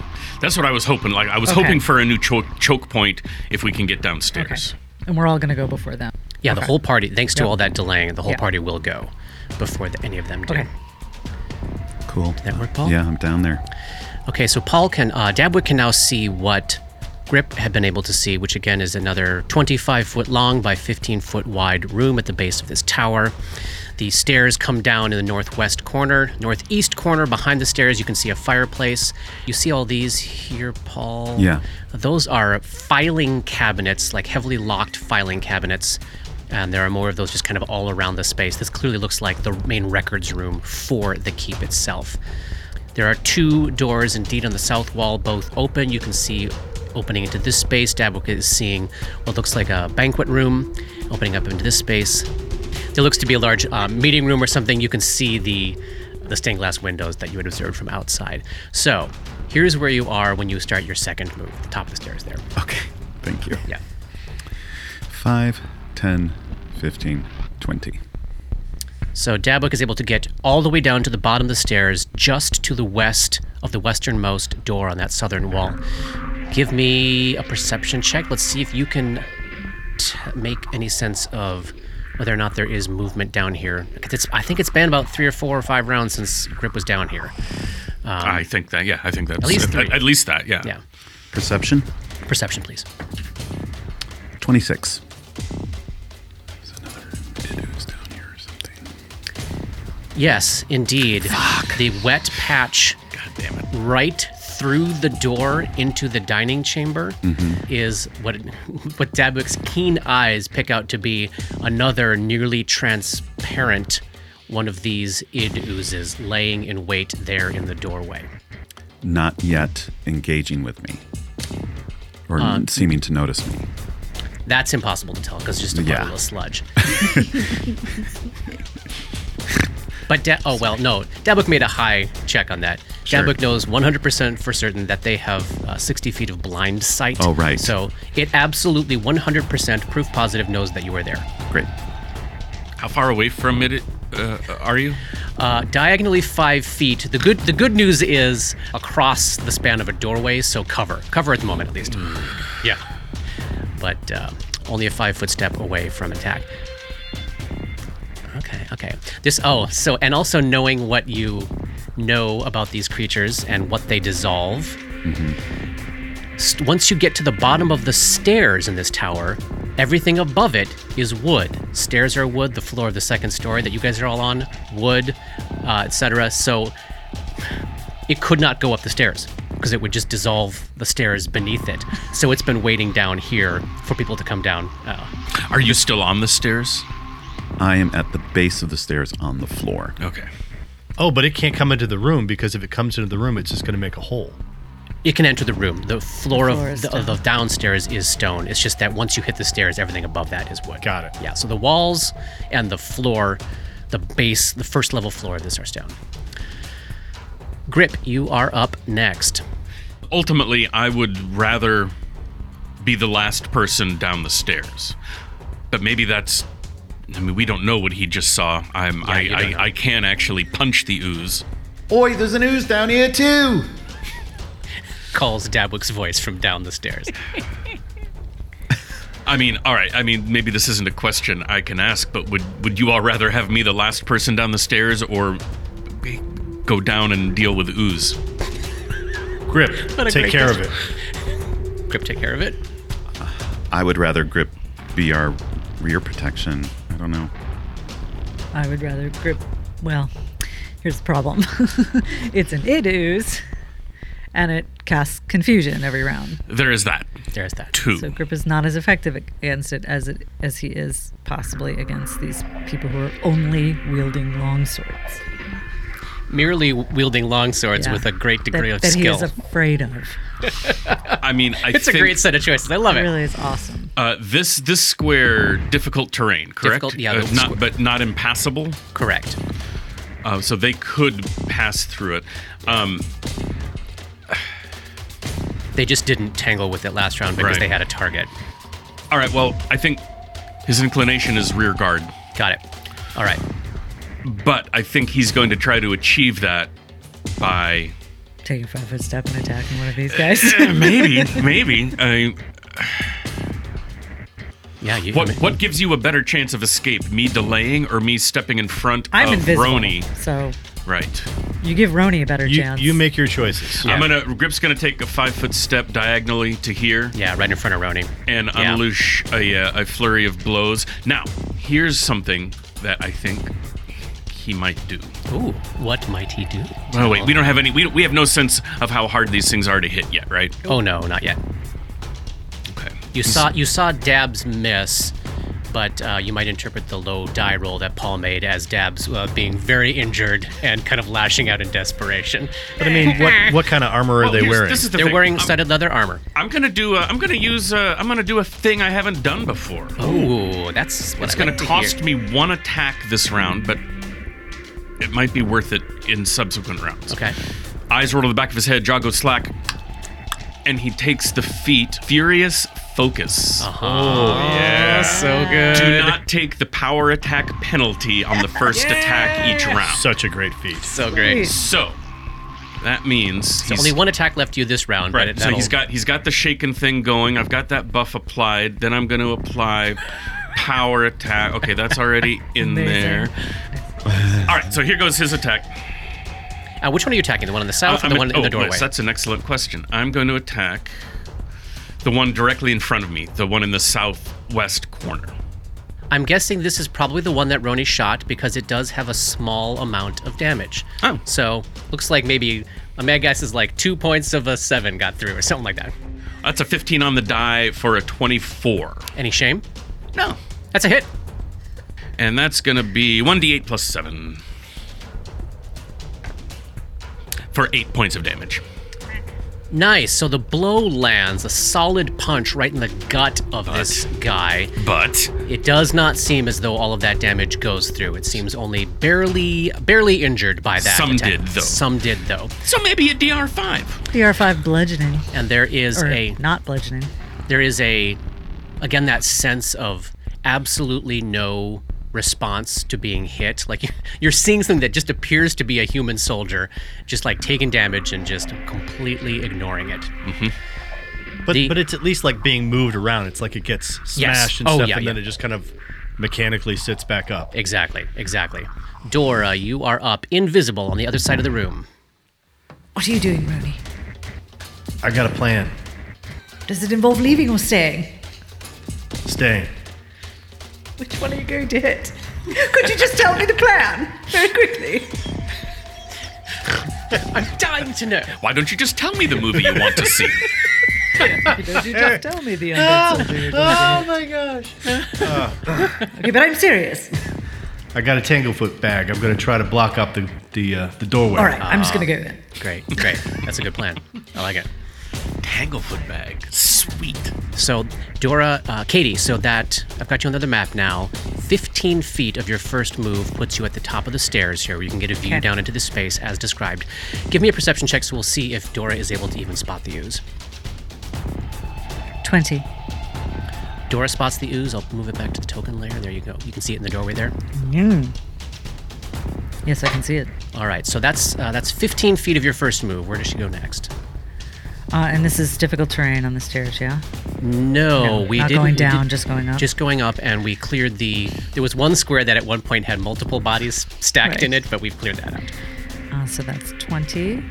Speaker 5: that's what I was hoping. Like I was
Speaker 3: Okay.
Speaker 5: hoping for a new choke, choke point if we can get
Speaker 3: Okay.
Speaker 5: downstairs.
Speaker 3: And we're all gonna go before them.
Speaker 1: Yeah, the whole party, thanks to
Speaker 3: Yep.
Speaker 1: all that delaying, the whole
Speaker 3: Yeah.
Speaker 1: party will go before the, any of them do.
Speaker 3: Okay.
Speaker 2: Cool. Did
Speaker 1: that work, Paul?
Speaker 2: Yeah, I'm down there.
Speaker 1: Okay, so Paul can, uh, Dabwick can now see what Grip had been able to see, which again is another 25 foot long by 15 foot wide room at the base of this tower. The stairs come down in the northwest corner, northeast corner. Behind the stairs, you can see a fireplace. You see all these here, Paul?
Speaker 2: Yeah.
Speaker 1: Those are filing cabinets, like heavily locked filing cabinets. And there are more of those just kind of all around the space. This clearly looks like the main records room for the keep itself. There are two doors indeed on the south wall, both open. You can see opening into this space. Dabwick is seeing what looks like a banquet room opening up into this space. There looks to be a large uh, meeting room or something. You can see the the stained glass windows that you had observed from outside. So, here's where you are when you start your second move. The top of the stairs there.
Speaker 2: Okay. Thank you.
Speaker 1: Yeah.
Speaker 2: 5, 10, 15, 20.
Speaker 1: So Dabwick is able to get all the way down to the bottom of the stairs, just to the west of the westernmost door on that southern wall. Give me a perception check. Let's see if you can t- make any sense of whether or not there is movement down here. 'Cause It's, I think it's been about three or four or five rounds since Grip was down here.
Speaker 5: I think that. Yeah, I think that's
Speaker 1: least three.
Speaker 5: Um, at, at least that. Yeah.
Speaker 1: Yeah.
Speaker 2: Perception
Speaker 1: Perception, please.
Speaker 2: 26.
Speaker 1: Yes, indeed. The wet patch
Speaker 5: God damn it.
Speaker 1: right through the door into the dining chamber is what what Dabwick's keen eyes pick out to be another nearly transparent one of these id oozes laying in wait there in the doorway.
Speaker 2: Not yet engaging with me or seeming to notice me.
Speaker 1: That's impossible to tell because just a
Speaker 2: Yeah.
Speaker 1: puddle of sludge. but da- oh well, no. Dabuk made a high check on that.
Speaker 2: Sure.
Speaker 1: Dabuk knows 100% for certain that they have uh, 60 feet of blind sight.
Speaker 2: Oh, right.
Speaker 1: So it absolutely 100% proof positive knows that you were there.
Speaker 2: Great.
Speaker 5: How far away from it uh, are you?
Speaker 1: Uh, diagonally five feet. The good the good news is across the span of a doorway, so cover cover at the moment at least. yeah, but uh, only a five foot step away from attack. Okay, okay. This oh so and also knowing what you know about these creatures and what they dissolve. S- Once you get to the bottom of the stairs in this tower, everything above it is wood. Stairs are wood. The floor of the second story that you guys are all on, wood, uh, etc. So it could not go up the stairs because it would just dissolve the stairs beneath it. So it's been waiting down here for people to come down. Uh,
Speaker 5: Are you still on the stairs?
Speaker 2: I am at the base of the stairs on the floor.
Speaker 5: Okay.
Speaker 4: Oh, but it can't come into the room because if it comes into the room, it's just going to make a hole.
Speaker 1: it can enter the room. The floor,
Speaker 3: floor
Speaker 1: of
Speaker 3: is
Speaker 1: the, of the downstairs is stone. It's just that once you hit the stairs, everything above that is wood.
Speaker 4: Got it.
Speaker 1: Yeah. So the walls and the floor, the base, the first level floor of this are stone. Grip, you are up next.
Speaker 5: Ultimately, I would rather be the last person down the stairs. But maybe that's. I mean, we don't know what he just saw. I'm. I,
Speaker 1: you
Speaker 5: I,
Speaker 1: don't know.
Speaker 5: I can actually punch the ooze.
Speaker 6: Oi, there's an ooze down here too.
Speaker 1: Calls Dabwick's voice from down the stairs.
Speaker 5: I mean, all right. I mean, maybe this isn't a question I can ask, but would would you all rather have me the last person down the stairs or be- go down and deal with ooze?
Speaker 4: Grip,
Speaker 1: a
Speaker 4: take
Speaker 1: great
Speaker 4: care of
Speaker 1: question.
Speaker 4: it.
Speaker 1: Grip, take care of it.
Speaker 2: I would rather grip be our rear protection. I don't know.
Speaker 3: I would rather grip. Well, here's the problem it's an id ooze, and it casts confusion every round.
Speaker 5: There is that
Speaker 1: There's that.
Speaker 5: too.
Speaker 3: So grip is not as effective against it as it as he is possibly against these people who are only wielding long swords.
Speaker 1: Merely wielding long swords
Speaker 3: Yeah.
Speaker 1: with a great degree
Speaker 3: that,
Speaker 1: of
Speaker 3: that he
Speaker 1: skill.
Speaker 3: is afraid of.
Speaker 5: I mean, I
Speaker 1: it's a
Speaker 5: think-
Speaker 1: great set of choices. I love
Speaker 3: It
Speaker 1: it.
Speaker 3: really is awesome.
Speaker 5: Uh, this this square difficult terrain, correct?
Speaker 1: Difficult, yeah, the
Speaker 5: Uh,
Speaker 1: squ-
Speaker 5: not but not impassable,
Speaker 1: Correct.
Speaker 5: uh, so they could pass through it. Um,
Speaker 1: They just didn't tangle with it last round because
Speaker 5: Right.
Speaker 1: they had a target.
Speaker 5: all right, well, I think his inclination is rear guard,
Speaker 1: Got it. All right.
Speaker 5: but I think he's going to try to achieve that by
Speaker 3: Take a five foot step and attacking one of these guys.
Speaker 5: maybe maybe. I,
Speaker 1: Yeah. You,
Speaker 5: what what gives you a better chance of escape? Me delaying or me stepping in front
Speaker 3: I'm
Speaker 1: Oh,
Speaker 5: of
Speaker 3: invisible,
Speaker 5: Roni?
Speaker 3: so
Speaker 5: Right.
Speaker 3: you give Roni a better
Speaker 4: You,
Speaker 3: chance.
Speaker 4: you make your choices.
Speaker 1: Yeah.
Speaker 5: I'm gonna Grip's gonna take a five foot step diagonally to here.
Speaker 1: Yeah, right in front of Roni.
Speaker 5: and
Speaker 1: Yeah.
Speaker 5: unleash a, uh, a flurry of blows. Now, here's something that I think he might do.
Speaker 1: Ooh, what might he do?
Speaker 5: Oh wait, we don't have any. We, we have no sense of how hard these things are to hit yet, right?
Speaker 1: Oh no, not yet.
Speaker 5: Okay.
Speaker 1: You saw you saw Dab's miss, but uh, you might interpret the low die roll that Paul made as Dab's uh, being very injured and kind of lashing out in desperation.
Speaker 4: But I mean, what, what kind of armor are
Speaker 5: Well,
Speaker 4: they
Speaker 5: here's-
Speaker 4: wearing?
Speaker 5: This is the
Speaker 1: They're
Speaker 5: thing. um,
Speaker 1: wearing
Speaker 5: I'm,
Speaker 1: studded leather armor.
Speaker 5: I'm gonna do. A, I'm gonna use. A, I'm gonna do a thing I haven't done before.
Speaker 1: Ooh, that's what
Speaker 5: it's
Speaker 1: I
Speaker 5: gonna
Speaker 1: like to hear.
Speaker 5: cost me one attack this round, but it might be worth it in subsequent rounds.
Speaker 1: Okay.
Speaker 5: Eyes roll to the back of his head, jaw goes slack, and he takes the feat. Furious focus.
Speaker 1: Yeah, Oh, so Uh-huh. good.
Speaker 5: Oh, Do not take the power attack penalty on the first attack each round.
Speaker 4: Such a great feat.
Speaker 1: So great.
Speaker 5: So, That means
Speaker 1: So
Speaker 5: he's-
Speaker 1: only one attack left to you this round. but
Speaker 5: Right.
Speaker 1: it-
Speaker 5: So he's
Speaker 1: that'll-
Speaker 5: got he's got the shaken thing going. I've got that buff applied. Then I'm going to apply power attack. Okay, that's already in
Speaker 3: Amazing.
Speaker 5: there. All right. So here goes his attack.
Speaker 1: Uh, which one are you attacking? The one on the
Speaker 5: Uh,
Speaker 1: south or
Speaker 5: I'm
Speaker 1: the
Speaker 5: in-
Speaker 1: one in
Speaker 5: oh,
Speaker 1: the
Speaker 5: yes,
Speaker 1: doorway?
Speaker 5: that's an excellent question. I'm going to attack the one directly in front of me, the one in the southwest corner.
Speaker 1: I'm guessing this is probably the one that Roni shot because it does have a small amount of damage.
Speaker 5: Oh.
Speaker 1: So looks like maybe a mad guess is like two points of a seven got through or something like that.
Speaker 5: That's a 15 on the die for a 24.
Speaker 1: Any shame?
Speaker 5: No.
Speaker 1: That's a hit.
Speaker 5: And that's going to be 1d8 plus 7 for 8 points of damage.
Speaker 1: Nice. So the blow lands a solid punch right in the gut of this guy.
Speaker 5: But
Speaker 1: It does not seem as though all of that damage goes through. It seems only barely, barely injured by that.
Speaker 5: Some
Speaker 1: attack.
Speaker 5: did, though.
Speaker 1: Some did though,
Speaker 5: so maybe a DR5.
Speaker 3: DR5 bludgeoning.
Speaker 1: and there is
Speaker 3: Or
Speaker 1: a
Speaker 3: not bludgeoning.
Speaker 1: there is a again that sense of absolutely no response to being hit like you- you're seeing something that just appears to be a human soldier just like taking damage and just completely ignoring it
Speaker 4: But
Speaker 1: The-
Speaker 4: but it's at least like being moved around. It's like it gets smashed
Speaker 1: Yes.
Speaker 4: and
Speaker 1: Oh,
Speaker 4: stuff,
Speaker 1: yeah,
Speaker 4: and then
Speaker 1: yeah.
Speaker 4: it just kind of mechanically sits back up.
Speaker 1: exactly exactly dora you are up invisible on the other side of the room
Speaker 3: What are you doing, Roni?
Speaker 4: I got a plan.
Speaker 3: Does it involve leaving or staying?
Speaker 4: Stay.
Speaker 3: Which one are you going to hit? Could you just tell me the plan very quickly?
Speaker 1: i'm dying to know
Speaker 5: Why don't you just tell me the movie you want to see?
Speaker 3: Could you just tell me the undead soldier you're going to
Speaker 4: Oh my gosh.
Speaker 3: hit? Okay, but I'm serious.
Speaker 4: I got a tanglefoot bag. I'm gonna try to block up the the uh, the doorway.
Speaker 3: All right, I'm just going to go then.
Speaker 1: great great that's a good plan i like it
Speaker 5: Tanglefoot bag. Sweet.
Speaker 1: So, Dora, uh, Katie, so that I've got you on the other map now. 15 feet of your first move puts you at the top of the stairs here, where you can get a view
Speaker 3: Okay.
Speaker 1: down into the space as described. Give me a perception check so we'll see if Dora is able to even spot the ooze.
Speaker 3: 20.
Speaker 1: Dora spots the ooze. I'll move it back to the token layer. There you go. You can see it in the doorway there.
Speaker 3: Hmm. Yes, I can see it.
Speaker 1: All right, so that's uh, that's 15 feet of your first move. Where does she go next?
Speaker 3: Uh, and this is difficult terrain on the stairs, yeah?
Speaker 1: No,
Speaker 3: No,
Speaker 1: we
Speaker 3: not
Speaker 1: didn't.
Speaker 3: going
Speaker 1: we
Speaker 3: down, just going up.
Speaker 1: Just going up, and we cleared the. There was one square that at one point had multiple bodies stacked
Speaker 3: Right.
Speaker 1: in it, but we've cleared that out.
Speaker 3: Uh, so that's 20,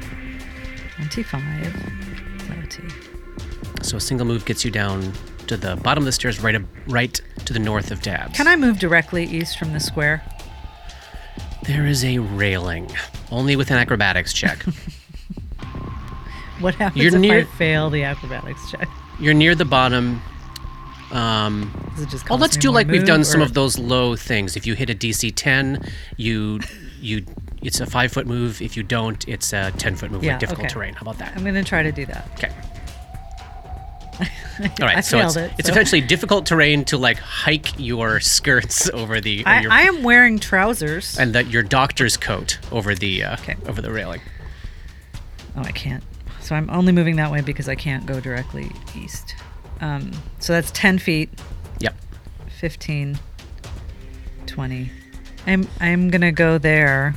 Speaker 3: 25, 30.
Speaker 1: So a single move gets you down to the bottom of the stairs, right, ab- right to the north of Dabs.
Speaker 3: Can I move directly east from the square?
Speaker 1: There is a railing, only with an acrobatics check.
Speaker 3: What happens
Speaker 1: You're
Speaker 3: if
Speaker 1: near-
Speaker 3: I fail the acrobatics check?
Speaker 1: You're near the bottom. Um,
Speaker 3: Does it just
Speaker 1: oh,
Speaker 3: cost
Speaker 1: let's
Speaker 3: me
Speaker 1: do
Speaker 3: one
Speaker 1: like we've
Speaker 3: move,
Speaker 1: done some
Speaker 3: or-
Speaker 1: of those low things. If you hit a DC 10, you you it's a five foot move. If you don't, it's a ten foot move
Speaker 3: Yeah,
Speaker 1: with difficult
Speaker 3: okay.
Speaker 1: terrain. How about that?
Speaker 3: I'm going to try to do that.
Speaker 1: Okay. All right,
Speaker 3: I
Speaker 1: so it's,
Speaker 3: failed it,
Speaker 1: it's
Speaker 3: so-
Speaker 1: essentially difficult terrain to like hike your skirts over the or
Speaker 3: I,
Speaker 1: your
Speaker 3: I am wearing trousers.
Speaker 1: and that your doctor's coat over the uh,
Speaker 3: Okay.
Speaker 1: over the railing.
Speaker 3: oh, I can't. So I'm only moving that way because I can't go directly east. Um, so that's 10 feet,
Speaker 1: Yep.
Speaker 3: 15, 20. I'm, I'm going to go there.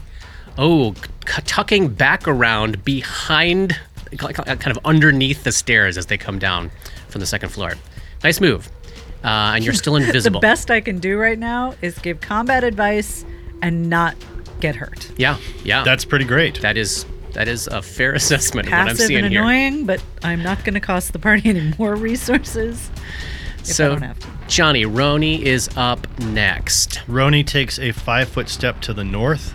Speaker 1: Oh, c- tucking back around behind, uh, kind of underneath the stairs as they come down from the second floor. Nice move. Uh, and you're still invisible.
Speaker 3: The best I can do right now is give combat advice and not get hurt.
Speaker 1: Yeah, yeah.
Speaker 4: That's pretty great.
Speaker 1: that is that is a fair assessment of what I'm
Speaker 3: Passive
Speaker 1: seeing
Speaker 3: and
Speaker 1: here.
Speaker 3: annoying, but I'm not going to cost the party any more resources.
Speaker 1: so
Speaker 3: don't have to.
Speaker 1: Johnny Roni is up next.
Speaker 4: Roni takes a five foot step to the north,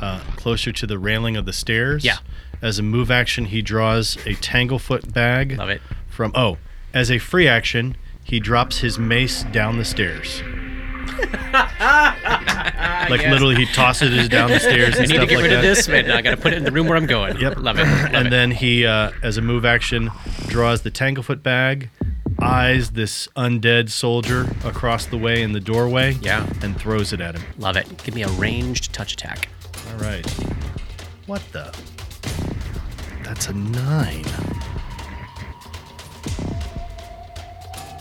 Speaker 4: uh, closer to the railing of the stairs.
Speaker 1: Yeah.
Speaker 4: As a move action, he draws a tanglefoot bag.
Speaker 1: Love it.
Speaker 4: From oh, as a free action, he drops his mace down the stairs. like literally, he tosses it down the stairs and
Speaker 1: I need to
Speaker 4: stuff
Speaker 1: get
Speaker 4: like
Speaker 1: rid
Speaker 4: that.
Speaker 1: of this, man. I got to put it in the room where I'm going.
Speaker 4: Yep.
Speaker 1: Love it. Love
Speaker 4: and
Speaker 1: it.
Speaker 4: then he, uh, as a move action, draws the tanglefoot bag, eyes this undead soldier across the way in the doorway,
Speaker 1: Yeah.
Speaker 4: and throws it at him.
Speaker 1: Love it. Give me a ranged touch attack.
Speaker 4: All right. What the? That's a nine.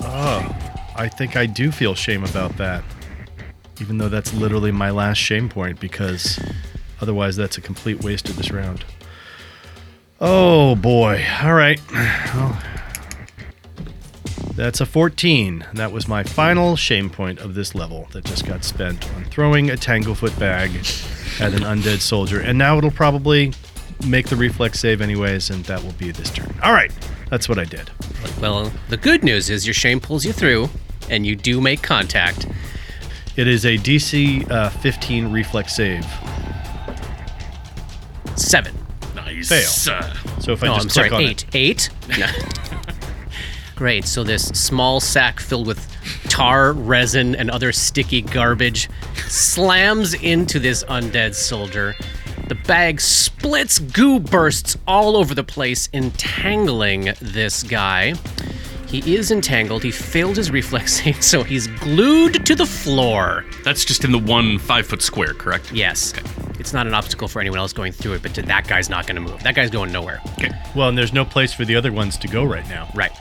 Speaker 4: Oh, I think I do feel shame about that. Even though that's literally my last shame point, because otherwise that's a complete waste of this round. Oh boy. All right. Well, that's a 14. That was my final shame point of this level that just got spent on throwing a tanglefoot bag at an undead soldier. And now it'll probably make the reflex save anyways, and that will be this turn. All right. That's what I did.
Speaker 1: Well, the good news is your shame pulls you through, and you do make contact.
Speaker 4: It is a DC uh, 15 reflex save.
Speaker 1: Seven.
Speaker 5: Nice. Uh,
Speaker 4: So if I
Speaker 1: No,
Speaker 4: just
Speaker 1: Oh, I'm sorry,
Speaker 4: click on
Speaker 1: eight.
Speaker 4: it.
Speaker 1: Eight? No. Great. So this small sack filled with tar, resin, and other sticky garbage slams into this undead soldier. The bag splits, goo bursts all over the place, entangling this guy. He is entangled. He failed his reflex save, so he's glued to the floor.
Speaker 5: that's just in the one five foot square, correct?
Speaker 1: Yes. It's not an obstacle for anyone else going through it, but to that guy's not going to move. That guy's going nowhere.
Speaker 5: Okay.
Speaker 4: Well, and there's no place for the other ones to go right now.
Speaker 1: Right.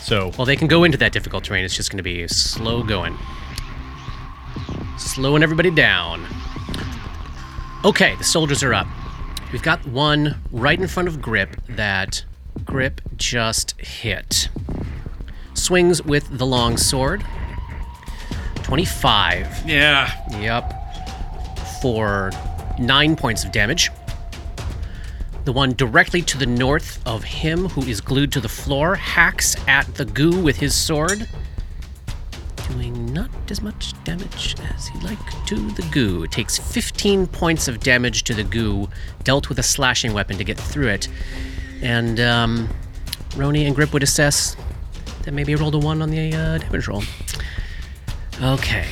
Speaker 4: So
Speaker 1: Well, they can go into that difficult terrain. It's just going to be slow going. Slowing everybody down. Okay, the soldiers are up. We've got one right in front of Grip that Grip just hit. Swings with the long sword. 25.
Speaker 5: Yeah.
Speaker 1: Yep. For nine points of damage. The one directly to the north of him, who is glued to the floor, hacks at the goo with his sword, doing not as much damage as he'd like to the goo. It takes 15 points of damage to the goo, dealt with a slashing weapon to get through it. And um, Roni and Grip would assess that maybe I rolled a 1 on the uh, damage roll. Okay.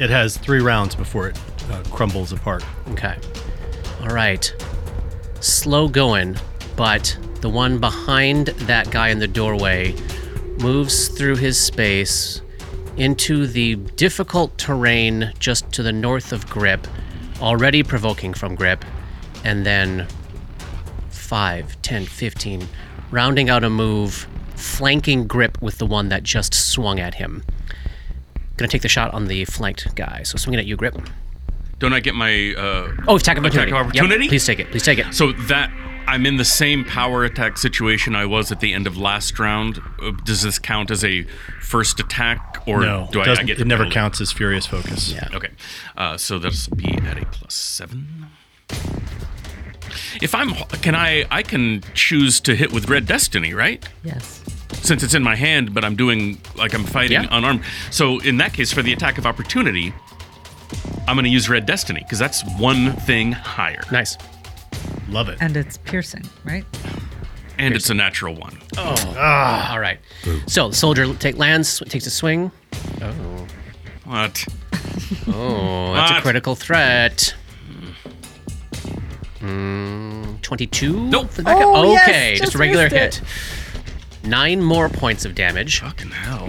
Speaker 4: It has three rounds before it uh, crumbles apart.
Speaker 1: Okay. All right. Slow going, but the one behind that guy in the doorway moves through his space into the difficult terrain just to the north of Grip, already provoking from Grip, and then 5, 10, 15, rounding out a move, flanking Grip with the one that just swung at him. Gonna take the shot on the flanked guy. So swinging at you, Grip.
Speaker 5: Don't I get my uh,
Speaker 1: Oh, attack of opportunity.
Speaker 5: Attack of opportunity?
Speaker 1: Yep, Please take it. Please take it.
Speaker 5: So that I'm in the same power attack situation I was at the end of last round. Uh, Does this count as a first attack, or
Speaker 4: No,
Speaker 5: do I, I
Speaker 4: doesn't-
Speaker 5: get
Speaker 4: it never
Speaker 5: penalty?
Speaker 4: counts as furious focus.
Speaker 1: Yeah.
Speaker 5: Okay, uh, so that's be at a plus seven. If I'm, can I? I can choose to hit with red destiny, right?
Speaker 3: Yes.
Speaker 5: Since it's in my hand, but I'm doing like I'm fighting
Speaker 1: Yeah.
Speaker 5: unarmed. So in that case, for the attack of opportunity, I'm going to use red destiny because that's one thing higher,
Speaker 1: Nice.
Speaker 4: Love it.
Speaker 3: And it's piercing, right?
Speaker 5: and it's a natural one. Ah.
Speaker 1: All right. So the soldier take lands, sw- takes a swing.
Speaker 5: What?
Speaker 1: Oh, that's a
Speaker 5: What?
Speaker 1: critical threat. Mm, 22?
Speaker 5: Nope.
Speaker 1: For that guy?
Speaker 3: Oh, yes,
Speaker 1: okay, just
Speaker 3: just
Speaker 1: a regular
Speaker 3: missed
Speaker 1: hit. Nine more points of damage.
Speaker 5: Fucking hell!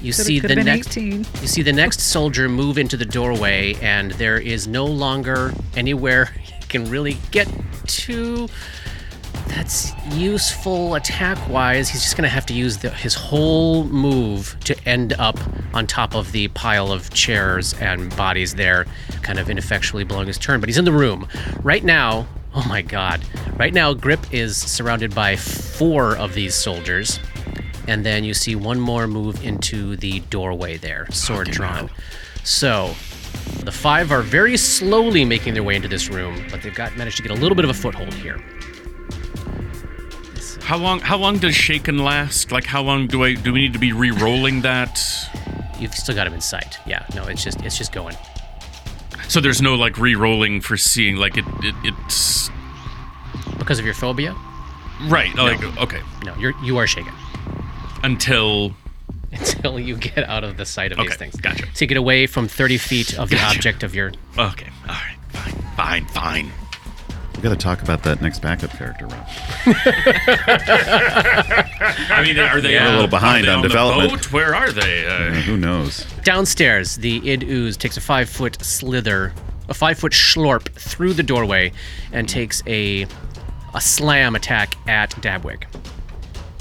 Speaker 1: You
Speaker 3: Could've-
Speaker 1: see
Speaker 3: could've
Speaker 1: the
Speaker 3: been
Speaker 1: next
Speaker 3: 18.
Speaker 1: You see the next soldier move into the doorway, and there is no longer anywhere he can really get to. That's useful attack wise. He's just going to have to use the, his whole move to end up on top of the pile of chairs and bodies there, kind of ineffectually blowing his turn. But he's in the room. Right now, oh my god. Right now, Grip is surrounded by four of these soldiers. And then you see one more move into the doorway there, sword drawn. So the five are very slowly making their way into this room, but they've got managed to get a little bit of a foothold here.
Speaker 5: How long? How long does shaken last? Like, how long do I? Do we need to be re-rolling that?
Speaker 1: You've still got him in sight. Yeah, no, it's just it's just going.
Speaker 5: So there's no like re-rolling for seeing. Like it, it it's
Speaker 1: Because of your phobia?
Speaker 5: right. Like okay,
Speaker 1: No, you're you are shaken.
Speaker 5: until
Speaker 1: Until you get out of the sight of these
Speaker 5: Okay,
Speaker 1: things.
Speaker 5: gotcha.
Speaker 1: So you get away from thirty feet of the
Speaker 5: Gotcha.
Speaker 1: object of your
Speaker 5: okay. All right, fine, fine, fine.
Speaker 2: We got to talk about that next backup character, Rob.
Speaker 5: I mean, are they
Speaker 1: We're a
Speaker 5: uh,
Speaker 2: little behind
Speaker 5: are they
Speaker 2: on
Speaker 5: the
Speaker 2: development.
Speaker 5: boat? Where are they? Uh,
Speaker 2: Who knows?
Speaker 1: Downstairs, the id ooze takes a five foot slither, a five foot schlorp through the doorway, and takes a a slam attack at Dabwig.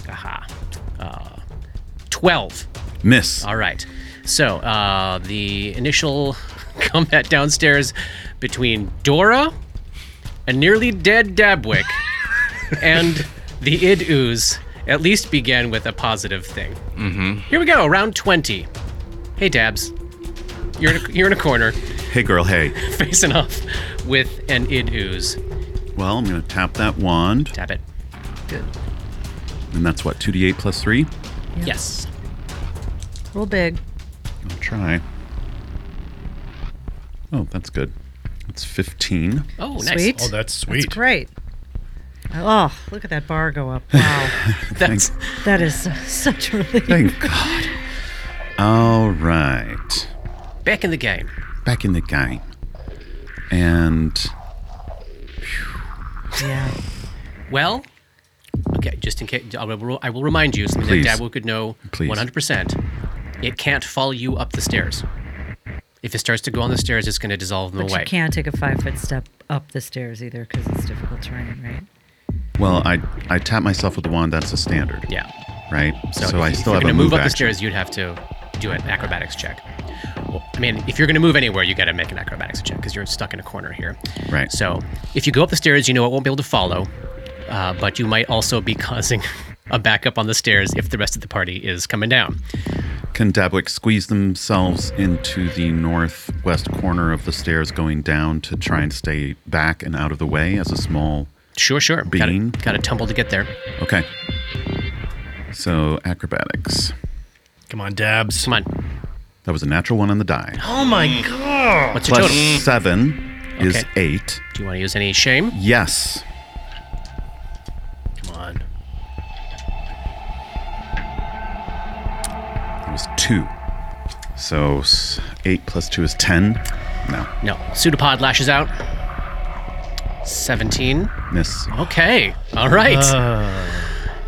Speaker 1: Aha. Uh, 12.
Speaker 2: Miss.
Speaker 1: All right. So uh, the initial combat downstairs between Dora and nearly dead Dabwick and the id ooze at least began with a positive thing. Mm-hmm. Here we go, round 20. Hey, Dabs. You're in a, you're in a corner
Speaker 2: Hey, girl, hey.
Speaker 1: facing off with an id ooze.
Speaker 2: Well, I'm going to tap that wand.
Speaker 1: Tap it.
Speaker 3: Good.
Speaker 2: And that's what, 2d8 plus 3?
Speaker 1: Yes.
Speaker 3: Roll big.
Speaker 2: I'll try. Oh, that's good. That's 15.
Speaker 1: Oh, nice.
Speaker 3: Sweet.
Speaker 4: Oh, that's sweet.
Speaker 3: That's great. Oh, look at that bar go up. Wow.
Speaker 1: That's
Speaker 3: that is such a relief.
Speaker 2: Thank God. All right.
Speaker 1: back in the game.
Speaker 2: Back in the game. And
Speaker 3: Yeah.
Speaker 1: Well, okay, just in case, I will, I will remind you something
Speaker 2: Please.
Speaker 1: that Dabwood could know
Speaker 2: Please.
Speaker 1: 100%. It can't follow you up the stairs. If it starts to go on the stairs, it's going to dissolve them
Speaker 3: But
Speaker 1: away.
Speaker 3: you can't take a five foot step up the stairs either because it's difficult terrain, right?
Speaker 2: well, I I tap myself with the wand. That's a standard,
Speaker 1: Yeah.
Speaker 2: right?
Speaker 1: So,
Speaker 2: So,
Speaker 1: if,
Speaker 2: I
Speaker 1: if you're
Speaker 2: still have a
Speaker 1: gonna
Speaker 2: move,
Speaker 1: move up the
Speaker 2: action.
Speaker 1: stairs, you'd have to do an acrobatics check. Well, I mean, if you're going to move anywhere, you got to make an acrobatics check because you're stuck in a corner here.
Speaker 2: Right.
Speaker 1: So if you go up the stairs, you know it won't be able to follow, uh, but you might also be causing a backup on the stairs if the rest of the party is coming down.
Speaker 2: Can Dabwick squeeze themselves into the northwest corner of the stairs, going down to try and stay back and out of the way as a small?
Speaker 1: Sure, sure.
Speaker 2: Bean.
Speaker 1: Got to tumble to get there.
Speaker 2: Okay. So acrobatics.
Speaker 4: Come on, dabs.
Speaker 1: Come on.
Speaker 2: That was a natural one on the die.
Speaker 4: Oh my god.
Speaker 1: What's your
Speaker 2: Plus
Speaker 1: total? Mm.
Speaker 2: seven is
Speaker 1: Okay.
Speaker 2: eight.
Speaker 1: Do you want to use any shame?
Speaker 2: Yes.
Speaker 4: Come on.
Speaker 2: It was two. So s- eight plus two is ten. No,
Speaker 1: No. Pseudopod lashes out. 17.
Speaker 2: miss.
Speaker 1: Okay. All right.
Speaker 2: Uh.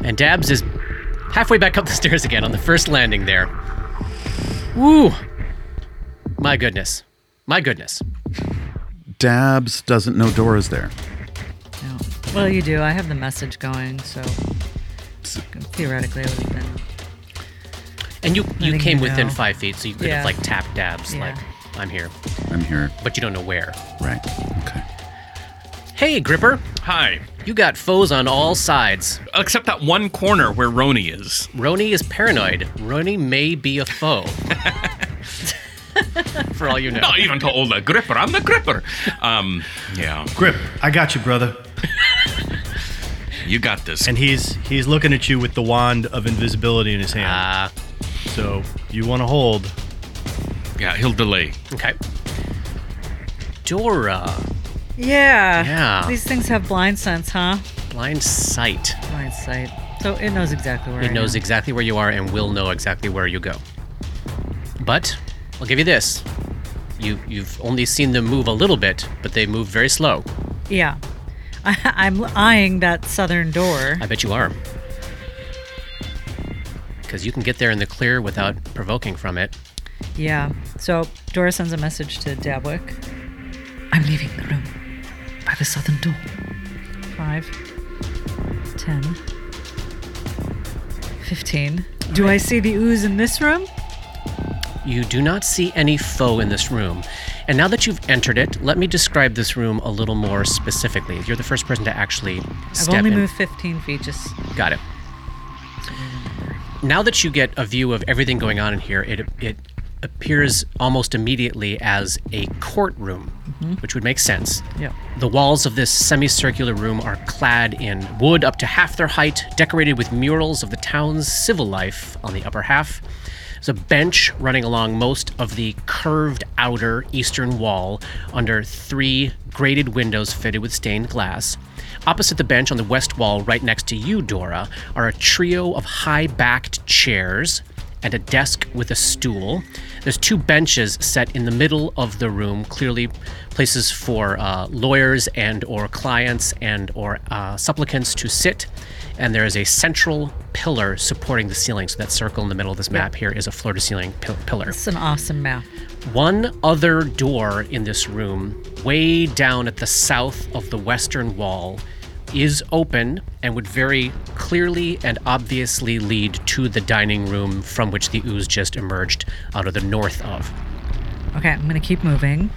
Speaker 1: And Dabs is halfway back up the stairs again on the first landing there. Woo! My goodness. My goodness.
Speaker 2: Dabs doesn't know Dora's there.
Speaker 3: No. Well, you do. I have the message going, so theoretically, I would have been.
Speaker 1: And you you
Speaker 3: Letting
Speaker 1: came
Speaker 3: you
Speaker 1: within
Speaker 3: know.
Speaker 1: five feet, so you could
Speaker 3: Yeah.
Speaker 1: have like tapped Dabs,
Speaker 3: Yeah.
Speaker 1: like, I'm here.
Speaker 2: I'm here.
Speaker 1: But you don't know where.
Speaker 2: Right. Okay.
Speaker 1: Hey, Gripper,
Speaker 5: Hi.
Speaker 1: you got foes on all sides.
Speaker 5: Except that one corner where Roni is.
Speaker 1: Roni is paranoid. Roni may be a foe. For all you know.
Speaker 5: Not even to all the gripper. I'm the gripper. Um, yeah,
Speaker 4: Grip. I got you, brother.
Speaker 5: you got this.
Speaker 4: And he's he's looking at you with the wand of invisibility in his hand.
Speaker 1: Ah,
Speaker 4: so you want to hold.
Speaker 5: yeah, he'll delay.
Speaker 1: okay. Dora,
Speaker 3: Yeah.
Speaker 1: Yeah.
Speaker 3: These things have blind sense, huh?
Speaker 1: blind sight.
Speaker 3: Blind sight. So it knows exactly where
Speaker 1: It
Speaker 3: I
Speaker 1: knows
Speaker 3: am.
Speaker 1: exactly where you are and will know exactly where you go. But I'll give you this. You you've only seen them move a little bit, but they move very slow.
Speaker 3: Yeah. I, I'm eyeing that southern door.
Speaker 1: I bet you are. Cuz you can get there in the clear without provoking from it.
Speaker 3: Yeah. So Dora sends a message to Dabwick. I'm leaving the room by the southern door. Five. Ten. Fifteen. Do I see the ooze in this room?
Speaker 1: You do not see any foe in this room. And now that you've entered it, let me describe this room a little more specifically. You're the first person to actually
Speaker 3: I've
Speaker 1: step
Speaker 3: only
Speaker 1: in.
Speaker 3: moved 15 feet. Just
Speaker 1: Got it. Now that you get a view of everything going on in here, it it appears almost immediately as a courtroom, which would make sense.
Speaker 3: Mm-hmm. yeah.
Speaker 1: The walls of this semicircular room are clad in wood up to half their height, decorated with murals of the town's civil life on the upper half. There's a bench running along most of the curved outer eastern wall under three grated windows fitted with stained glass. Opposite the bench on the west wall, right next to you, Dora, are a trio of high backed chairs and a desk with a stool. There's two benches set in the middle of the room, clearly places for uh, lawyers and or clients and or uh, supplicants to sit. And there is a central pillar supporting the ceiling. So that circle in the middle of this map here is a floor-to-ceiling pil- pillar
Speaker 3: It's an awesome map.
Speaker 1: one other door in this room, way down at the south of the western wall, is open and would very clearly and obviously lead to the dining room from which the ooze just emerged out of the north of.
Speaker 3: Okay, I'm gonna keep moving.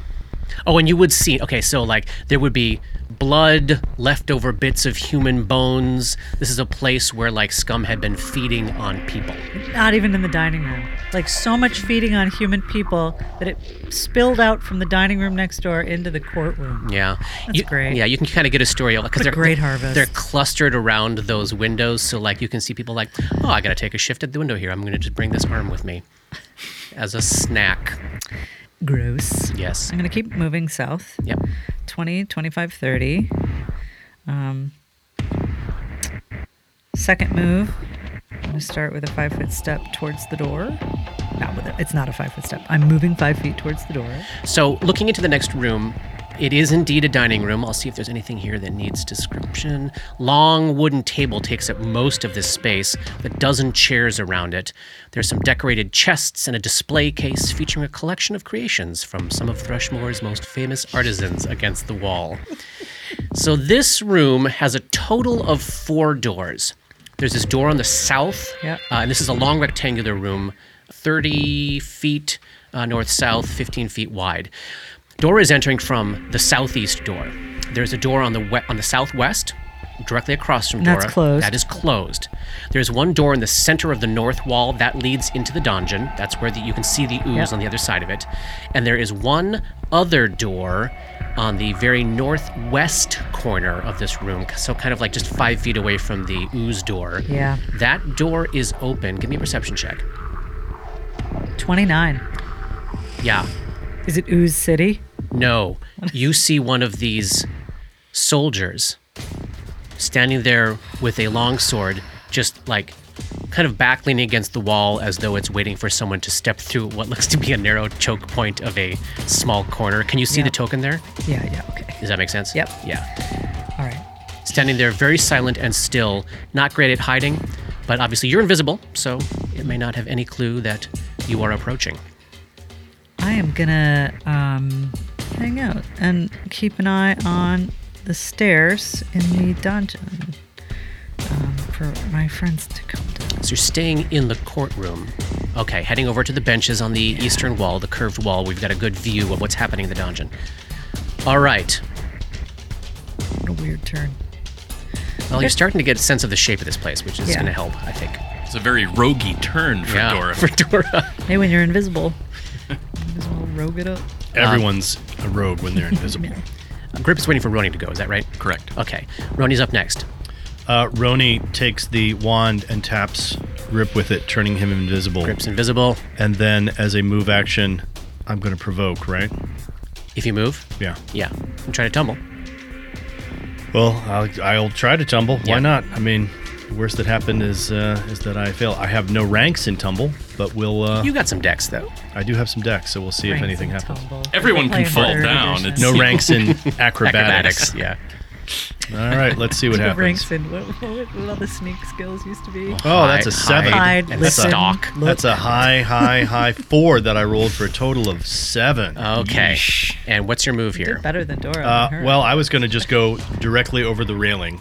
Speaker 1: Oh, and you would see, okay, so like there would be blood, leftover bits of human bones. This is a place where like scum had been feeding on people.
Speaker 3: Not even in the dining room. Like so much feeding on human people that it spilled out from the dining room next door into the courtroom.
Speaker 1: Yeah,
Speaker 3: That's
Speaker 1: You-
Speaker 3: great.
Speaker 1: Yeah, you can kind of get a story of because they're
Speaker 3: great harvest.
Speaker 1: They're clustered around those windows, so like you can see people like, oh, I got to take a shift at the window here. I'm going to just bring this arm with me as a snack.
Speaker 3: Gross.
Speaker 1: Yes.
Speaker 3: I'm going to keep moving south.
Speaker 1: Yep.
Speaker 3: 20, 25, 30. Um, second move, I'm going to start with a five foot step towards the door. Not with it. It's not a five foot step. I'm moving five feet towards the door.
Speaker 1: So looking into the next room. It is indeed a dining room. I'll see if there's anything here that needs description. Long wooden table takes up most of this space, with a dozen chairs around it. There's some decorated chests and a display case featuring a collection of creations from some of Thrushmore's most famous artisans against the wall. So this room has a total of four doors. There's this door on the south,
Speaker 3: Yep.
Speaker 1: uh, and this is a long rectangular room, 30 feet uh, north south, 15 feet wide. Door is entering from the southeast door. There's a door on the we- on the southwest, directly across from Dora.
Speaker 3: That's closed.
Speaker 1: That is closed. There's one door in the center of the north wall that leads into the donjon. That's where the, you can see the ooze
Speaker 3: Yep.
Speaker 1: on the other side of it. And there is one other door on the very northwest corner of this room, so kind of like just five feet away from the ooze door.
Speaker 3: Yeah.
Speaker 1: That door is open. Give me a perception check.
Speaker 3: 29.
Speaker 1: Yeah.
Speaker 3: Is it Ooze City?
Speaker 1: No. You see one of these soldiers standing there with a long sword, just like kind of back leaning against the wall as though it's waiting for someone to step through what looks to be a narrow choke point of a small corner. Can you see the token there?
Speaker 3: Yeah, yeah, okay.
Speaker 1: Does that make sense?
Speaker 3: Yep.
Speaker 1: Yeah.
Speaker 3: All right.
Speaker 1: Standing there very silent and still, not great at hiding, but obviously you're invisible, so it may not have any clue that you are approaching.
Speaker 3: I am going to um, hang out and keep an eye on the stairs in the dungeon um, for my friends to come down.
Speaker 1: So you're staying in the courtroom. Okay, heading over to the benches on the eastern wall, the curved wall. We've got a good view of what's happening in the dungeon. All right.
Speaker 3: What a weird turn.
Speaker 1: Well, you're starting to get a sense of the shape of this place, which is
Speaker 3: Yeah.
Speaker 1: going to help, I think.
Speaker 5: It's a very roguey turn for
Speaker 1: yeah,
Speaker 5: Dora.
Speaker 1: For Dora.
Speaker 3: Hey, when you're invisible, might as well rogue it up.
Speaker 1: Ah.
Speaker 4: Everyone's a rogue when they're invisible.
Speaker 1: Grip is waiting for Roni to go. Is that right?
Speaker 5: Correct.
Speaker 1: Okay. Roni's up next.
Speaker 4: Uh, Roni takes the wand and taps Grip with it, turning him invisible.
Speaker 1: Grip's invisible.
Speaker 4: And then, as a move action, I'm going to provoke, right?
Speaker 1: If you move,
Speaker 4: Yeah.
Speaker 1: yeah, and try to tumble.
Speaker 4: Well, I'll, I'll try to tumble.
Speaker 1: Yeah.
Speaker 4: Why not? I mean, the worst that happened is uh, is that I fail. I have no ranks in tumble, but we'll. Uh,
Speaker 1: You got some decks though.
Speaker 4: I do have some decks, so we'll see if anything happens.
Speaker 5: Everyone can fall down. It's-
Speaker 4: No ranks in
Speaker 1: Acrobatics.
Speaker 4: acrobatics.
Speaker 1: Yeah.
Speaker 4: All right, let's see what happens.
Speaker 3: ranks in what, what, what all the sneak skills used to be.
Speaker 4: Oh, that's a
Speaker 1: Hide,
Speaker 4: seven.
Speaker 1: hide,
Speaker 3: Hide,
Speaker 1: and
Speaker 3: listen,
Speaker 1: stalk.
Speaker 3: look.
Speaker 4: That's a high, high, high four that I rolled for a total of
Speaker 3: Oh,
Speaker 4: seven.
Speaker 1: Okay. And what's your move here?
Speaker 3: Did better than Dora.
Speaker 4: Uh,
Speaker 3: than her.
Speaker 4: well, I was going to just go directly over the railing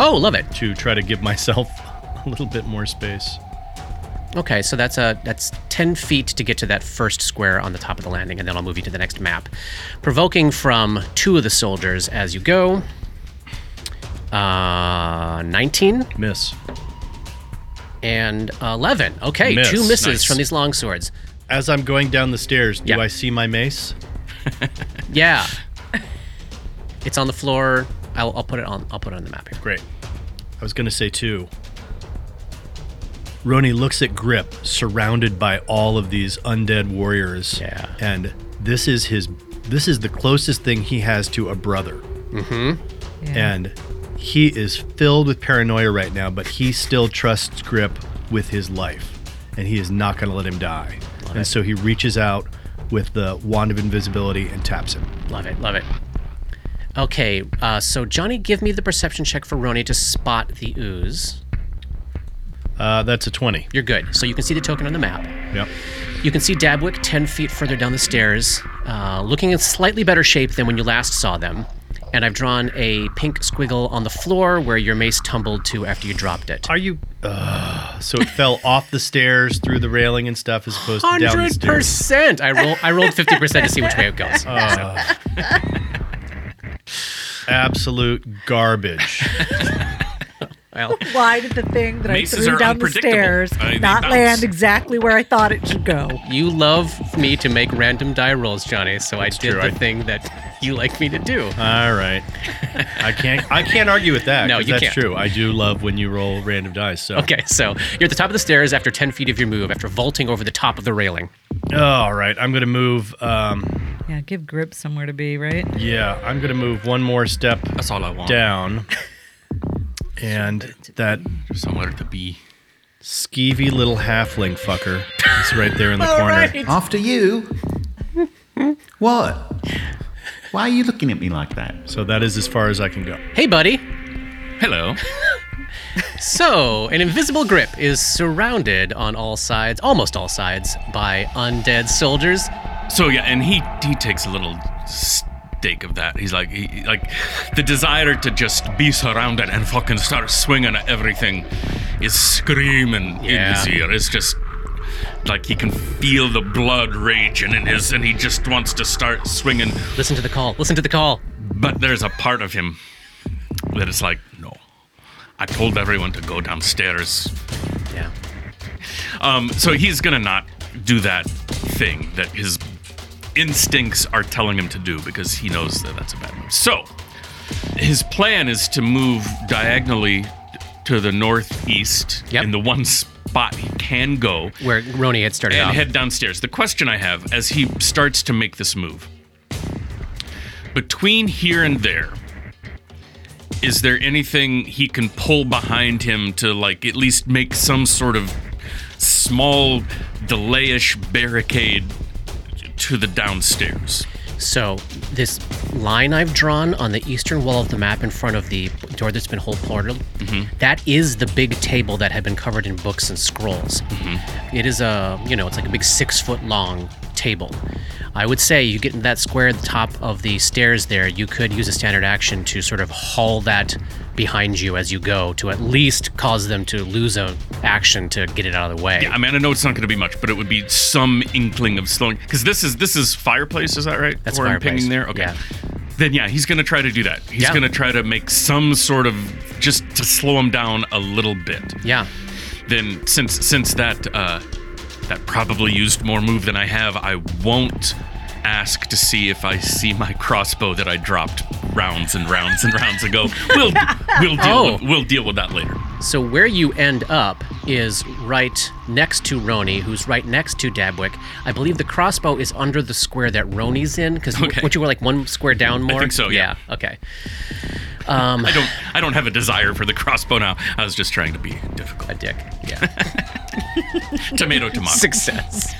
Speaker 1: Oh, love it.
Speaker 4: to try to give myself a little bit more space.
Speaker 1: Okay, so that's a that's ten feet to get to that first square on the top of the landing, and then I'll move you to the next map. Provoking from two of the soldiers as you go. Uh, nineteen
Speaker 4: Miss.
Speaker 1: and eleven. Okay,
Speaker 4: Miss,
Speaker 1: two misses
Speaker 5: nice.
Speaker 1: from these long swords.
Speaker 4: As I'm going down the stairs, do
Speaker 1: Yeah.
Speaker 4: I see my mace?
Speaker 1: Yeah, it's on the floor. I'll, I'll put it on. I'll put it on the map here.
Speaker 4: Great. I was going to say two. Roni looks at Grip, surrounded by all of these undead warriors.
Speaker 1: Yeah.
Speaker 4: And this is his this is the closest thing he has to a brother.
Speaker 3: yeah.
Speaker 4: And he is filled with paranoia right now, but he still trusts Grip with his life. And he is not going to let him die. and so he reaches out with the wand of invisibility and taps him.
Speaker 1: Love it. Love it. Okay, uh, so Johnny, give me the perception check for Roni to spot the ooze.
Speaker 4: Uh, that's a 20.
Speaker 1: You're good. So you can see the token on the map.
Speaker 4: Yep.
Speaker 1: You can see Dabwick 10 feet further down the stairs, uh, looking in slightly better shape than when you last saw them. And I've drawn a pink squiggle on the floor where your mace tumbled to after you dropped it.
Speaker 4: Are you? Uh, so it fell off the stairs through the railing and stuff, as opposed to down the stairs.
Speaker 1: 100%!
Speaker 4: Uh.
Speaker 1: I, roll, I rolled 50% to see which way it goes.
Speaker 4: absolute garbage.
Speaker 1: Well,
Speaker 3: Why did the thing that
Speaker 5: Maces
Speaker 3: I threw
Speaker 5: are
Speaker 3: down the
Speaker 5: unpredictable.
Speaker 3: stairs
Speaker 5: I mean, they
Speaker 3: not
Speaker 5: bounce.
Speaker 3: land exactly where I thought it should go?
Speaker 1: you love me to make random die rolls, Johnny. So I did
Speaker 4: true,
Speaker 1: the
Speaker 4: I-
Speaker 1: thing that you like me to do.
Speaker 4: All right, I can't. I can't argue with that.
Speaker 1: No,
Speaker 4: 'cause
Speaker 1: you
Speaker 4: that's
Speaker 1: can't.
Speaker 4: true. I do love when you roll random dice. So
Speaker 1: Okay, so you're at the top of the stairs after 10 feet of your move, after vaulting over the top of the railing.
Speaker 4: all right, I'm gonna move. Um,
Speaker 3: Yeah, give grip somewhere to be, right?
Speaker 4: yeah, I'm gonna move one more step
Speaker 5: That's all I want.
Speaker 4: down, and that
Speaker 5: Somewhere to be.
Speaker 4: skeevy little halfling fucker is right there in the corner.
Speaker 6: After you. what? Why are you looking at me like that?
Speaker 4: So that is as far as I can go.
Speaker 1: Hey, buddy.
Speaker 5: Hello.
Speaker 1: So, an invisible grip is surrounded on all sides, almost all sides, by undead soldiers.
Speaker 5: So yeah, and he he takes a little stake of that. He's like he, like the desire to just be surrounded and fucking start swinging at everything is screaming in
Speaker 1: Yeah.
Speaker 5: his ear. It's just like he can feel the blood raging in his, and he just wants to start swinging.
Speaker 1: Listen to the call. Listen to the call.
Speaker 5: But there's a part of him that is like, no. I told everyone to go downstairs.
Speaker 1: Yeah.
Speaker 5: Um, so he's gonna not do that thing that his instincts are telling him to do because he knows that that's a bad move. So his plan is to move diagonally to the northeast
Speaker 1: Yep.
Speaker 5: in the one spot he can go
Speaker 1: Where Roni had started
Speaker 5: and
Speaker 1: off.
Speaker 5: head downstairs. The question I have as he starts to make this move between here and there, is there anything he can pull behind him to like at least make some sort of small delayish barricade to the downstairs?
Speaker 1: So, this line I've drawn on the eastern wall of the map in front of the door that's been hole portaled, that is the big table that had been covered in books and scrolls. It is a, you know, it's like a big six foot long table. I would say you get in that square at the top of the stairs there, you could use a standard action to sort of haul that behind you as you go to at least cause them to lose a action to get it out of the way.
Speaker 5: I mean, I know it's not going to be much, but it would be some inkling of slowing. Because this is this is fireplace, is that right?
Speaker 1: That's
Speaker 5: Where I'm
Speaker 1: Fireplace,
Speaker 5: pinging there. Okay.
Speaker 1: yeah.
Speaker 5: Then yeah, he's going to try to do that. He's
Speaker 1: Yeah.
Speaker 5: going to try to make some sort of just to slow him down a little bit.
Speaker 1: yeah.
Speaker 5: Then since since that uh, that probably used more move than I have, I won't ask to see if I see my crossbow that I dropped rounds and rounds and rounds ago. We'll we'll deal
Speaker 1: Oh.
Speaker 5: with, we'll deal with that later.
Speaker 1: So where you end up is right next to Roni, who's right next to Dabwick. I believe the crossbow is under the square that Roni's in, because
Speaker 5: Okay.
Speaker 1: you were like one square down more?
Speaker 5: think so, yeah.
Speaker 1: Okay.
Speaker 5: I don't I don't have a desire for the crossbow now. I was just trying to be difficult.
Speaker 1: A dick. Yeah.
Speaker 5: Tomato tomato.
Speaker 1: Success.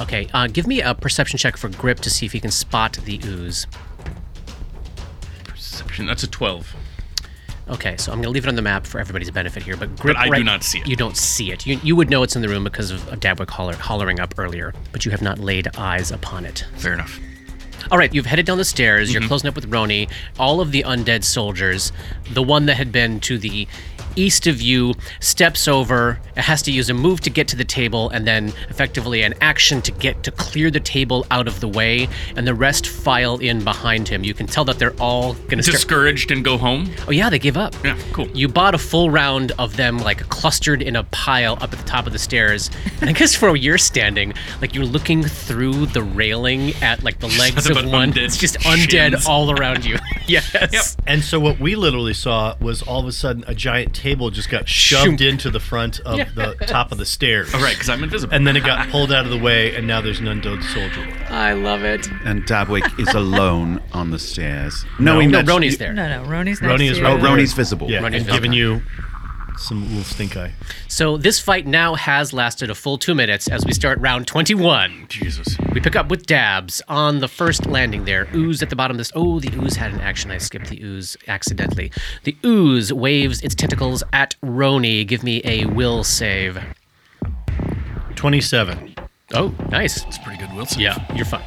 Speaker 1: Okay. Uh, give me a perception check for Grip to see if he can spot the ooze.
Speaker 5: Perception. That's a 12.
Speaker 1: Okay, so I'm going to leave it on the map for everybody's benefit here, but grip.
Speaker 5: I do
Speaker 1: right-
Speaker 5: not see it.
Speaker 1: You don't see it. You, you would know it's in the room because of, of Dabwick holler, hollering up earlier, but you have not laid eyes upon it.
Speaker 5: Fair enough.
Speaker 1: All right, you've headed down the stairs. You're closing up with Roni, all of the undead soldiers. The one that had been to the east of you steps over, has to use a move to get to the table, and then effectively an action to get to clear the table out of the way, and the rest file in behind him. You can tell that they're all going to start.
Speaker 5: Discouraged and go home?
Speaker 1: Oh, yeah, they gave up.
Speaker 5: Yeah, cool.
Speaker 1: You bought a full round of them, like clustered in a pile up at the top of the stairs. And I guess for where you're standing, like you're looking through the railing at like the legs
Speaker 5: Nothing
Speaker 1: of
Speaker 5: but
Speaker 1: one.
Speaker 5: undead
Speaker 1: It's just undead
Speaker 5: shins.
Speaker 1: all around you. yes.
Speaker 4: And so what we literally saw was all of a sudden a giant table just got shoved into the front of the top of the stairs.
Speaker 5: Oh, right, because I'm invisible.
Speaker 4: And then it got pulled out of the way, and now there's an undead soldier.
Speaker 1: I love it.
Speaker 2: And Dabwick is alone on the stairs, knowing
Speaker 1: No,
Speaker 2: that
Speaker 1: Roni's there.
Speaker 3: No, no, Roni's next
Speaker 4: Roni
Speaker 3: to
Speaker 4: is
Speaker 3: you.
Speaker 4: right
Speaker 2: Oh, Roni's visible.
Speaker 4: Yeah,
Speaker 1: Running
Speaker 4: and
Speaker 1: down.
Speaker 4: giving you some little stink eye.
Speaker 1: So this fight now has lasted a full two minutes as we start round 21.
Speaker 5: Jesus.
Speaker 1: We pick up with dabs on the first landing there. Ooze at the bottom of this. Oh, the ooze had an action. I skipped the ooze accidentally. The ooze waves its tentacles at Roni. Give me a will save.
Speaker 4: 27.
Speaker 1: Oh, nice.
Speaker 5: It's pretty good, Wilson.
Speaker 1: Yeah, you're fine.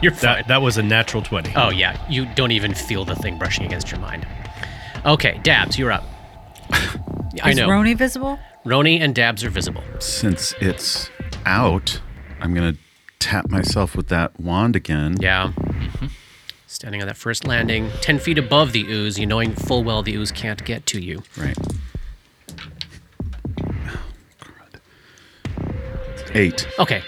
Speaker 1: You're fine.
Speaker 4: That, that was a natural 20.
Speaker 1: oh, yeah. You don't even feel the thing brushing against your mind. Okay, dabs, you're up. I
Speaker 3: Is
Speaker 1: know.
Speaker 3: Roni visible?
Speaker 1: Roni and dabs are visible.
Speaker 2: since it's out, I'm gonna tap myself with that wand again.
Speaker 1: Yeah. Standing on that first landing, 10 feet above the ooze, you knowing full well the ooze can't get to you.
Speaker 2: Right. Eight.
Speaker 1: Okay,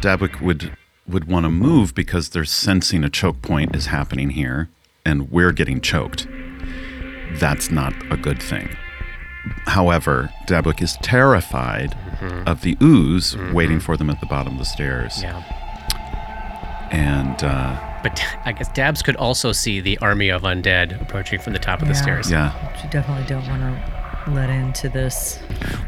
Speaker 2: Dabwick would would want to move because they're sensing a choke point is happening here, and we're getting choked. That's not a good thing. However, Dabwick is terrified of the ooze waiting for them at the bottom of the stairs,
Speaker 1: yeah.
Speaker 2: and uh,
Speaker 1: But I guess Dabs could also see the army of undead approaching from the top of the
Speaker 3: Yeah.
Speaker 1: stairs.
Speaker 2: yeah,
Speaker 3: You definitely don't want to let into this.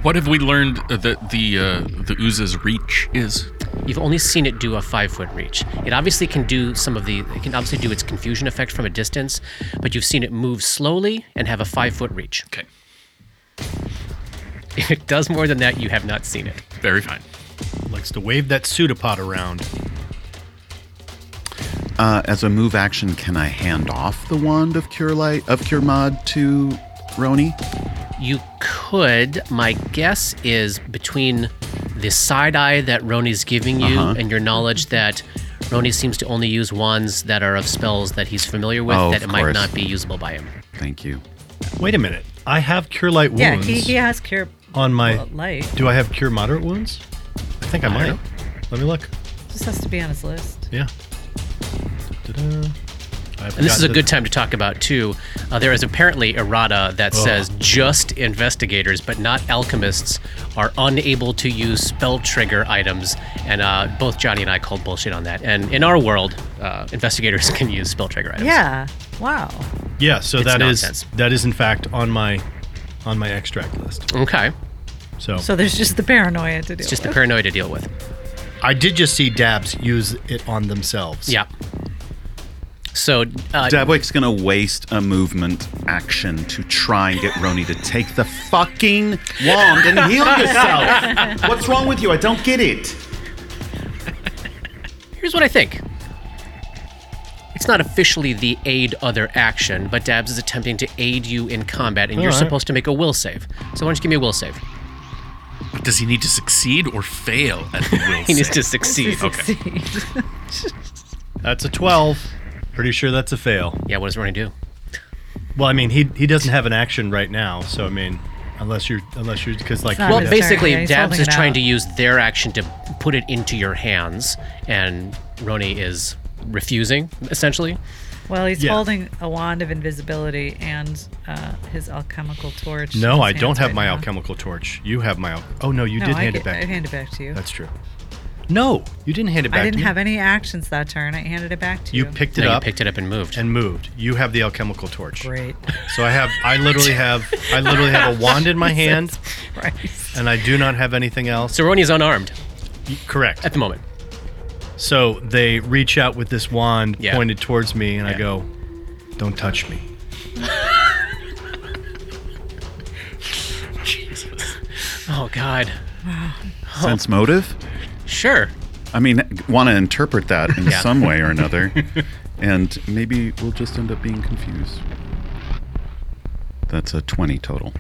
Speaker 5: What have we learned uh, that the uh, the ooze's reach is?
Speaker 1: You've only seen it do a five foot reach. It obviously can do some of the, it can obviously do its confusion effect from a distance, but you've seen it move slowly and have a five foot reach.
Speaker 5: Okay,
Speaker 1: If it does more than that, you have not seen it.
Speaker 5: very fine.
Speaker 4: Likes to wave that pseudopod around.
Speaker 2: Uh, as a move action, can I hand off the wand of cure light of cure mod to Roni?
Speaker 1: You could, my guess is between the side eye that Roni's giving you
Speaker 2: Uh-huh.
Speaker 1: and your knowledge that Roni seems to only use wands that are of spells that he's familiar with,
Speaker 2: Oh,
Speaker 1: that it
Speaker 2: of
Speaker 1: might
Speaker 2: course.
Speaker 1: not be usable by him.
Speaker 2: Thank you.
Speaker 4: Wait a minute. I have cure light wounds
Speaker 3: Yeah, he, he has cure
Speaker 4: on my.
Speaker 3: uh, light.
Speaker 4: Do I have cure moderate wounds? I think I might.
Speaker 1: know.
Speaker 4: Let me look.
Speaker 3: Just has to be on his list.
Speaker 4: Yeah. Da-da. I've
Speaker 1: And this is a
Speaker 4: gotten
Speaker 1: good
Speaker 4: to-
Speaker 1: time to talk about too. Uh, there is apparently errata that says just investigators, but not alchemists, are unable to use spell trigger items. And uh, both Johnny and I called bullshit on that. And in our world, uh, investigators can use spell trigger items.
Speaker 3: Yeah. Wow.
Speaker 4: Yeah, so
Speaker 1: It's
Speaker 4: that is
Speaker 1: nonsense.
Speaker 4: that is in fact on my on my extract list.
Speaker 1: Okay.
Speaker 4: So,
Speaker 3: So there's just the paranoia to do.
Speaker 1: It's just the paranoia to deal with.
Speaker 7: I did just see Dabs use it on themselves.
Speaker 1: Yeah. So uh,
Speaker 2: Dabwick's gonna waste a movement action to try and get Roni to take the fucking wand and heal yourself.
Speaker 6: What's wrong with you? I don't get it.
Speaker 1: here's what I think. It's not officially the aid other action, but Dabs is attempting to aid you in combat, and you're
Speaker 4: Alright.
Speaker 1: supposed to make a will save. So why don't you give me a will save?
Speaker 5: But does he need to succeed or fail at the will?
Speaker 1: He needs
Speaker 5: save?
Speaker 1: to succeed.
Speaker 5: Okay.
Speaker 4: that's a 12. Pretty sure that's a fail.
Speaker 1: Yeah, what does Ronnie do?
Speaker 4: Well, I mean, he he doesn't have an action right now, so I mean, unless you're unless you're cuz like
Speaker 3: not
Speaker 1: Well,
Speaker 3: his turn.
Speaker 1: basically,
Speaker 3: Yeah, he's
Speaker 1: Dabs
Speaker 3: holding
Speaker 1: is
Speaker 3: it
Speaker 1: trying
Speaker 3: out.
Speaker 1: to use their action to put it into your hands, and Roni is refusing, essentially.
Speaker 3: Well, he's
Speaker 4: Yeah.
Speaker 3: holding a wand of invisibility and uh, his alchemical torch. in
Speaker 4: No,
Speaker 3: his
Speaker 4: I don't
Speaker 3: hands
Speaker 4: have
Speaker 3: right
Speaker 4: my
Speaker 3: now.
Speaker 4: alchemical torch. You have my al- Oh no, you
Speaker 3: No,
Speaker 4: did
Speaker 3: I
Speaker 4: hand
Speaker 3: g-
Speaker 4: it back.
Speaker 3: I
Speaker 4: to me.
Speaker 3: handed it back to you.
Speaker 4: That's true. No, you didn't hand it back
Speaker 3: I didn't
Speaker 4: to me.
Speaker 3: have any actions that turn. I handed it back to you.
Speaker 4: you picked it
Speaker 1: Now you
Speaker 4: up
Speaker 1: picked it up and moved.
Speaker 4: and moved. You have the alchemical torch.
Speaker 3: Great.
Speaker 4: So I have I literally have I literally have a wand in my hand
Speaker 3: Christ.
Speaker 4: and I do not have anything else.
Speaker 1: so Roni is unarmed
Speaker 4: Correct.
Speaker 1: at the moment.
Speaker 4: So they reach out with this wand
Speaker 1: Yeah.
Speaker 4: pointed towards me, and
Speaker 1: Yeah.
Speaker 4: I go, "Don't touch me."
Speaker 1: Oh God.
Speaker 2: Sense motive?
Speaker 1: Sure.
Speaker 2: I mean, want to interpret that in
Speaker 1: Yeah.
Speaker 2: some way or another, and maybe we'll just end up being confused. That's a twenty total.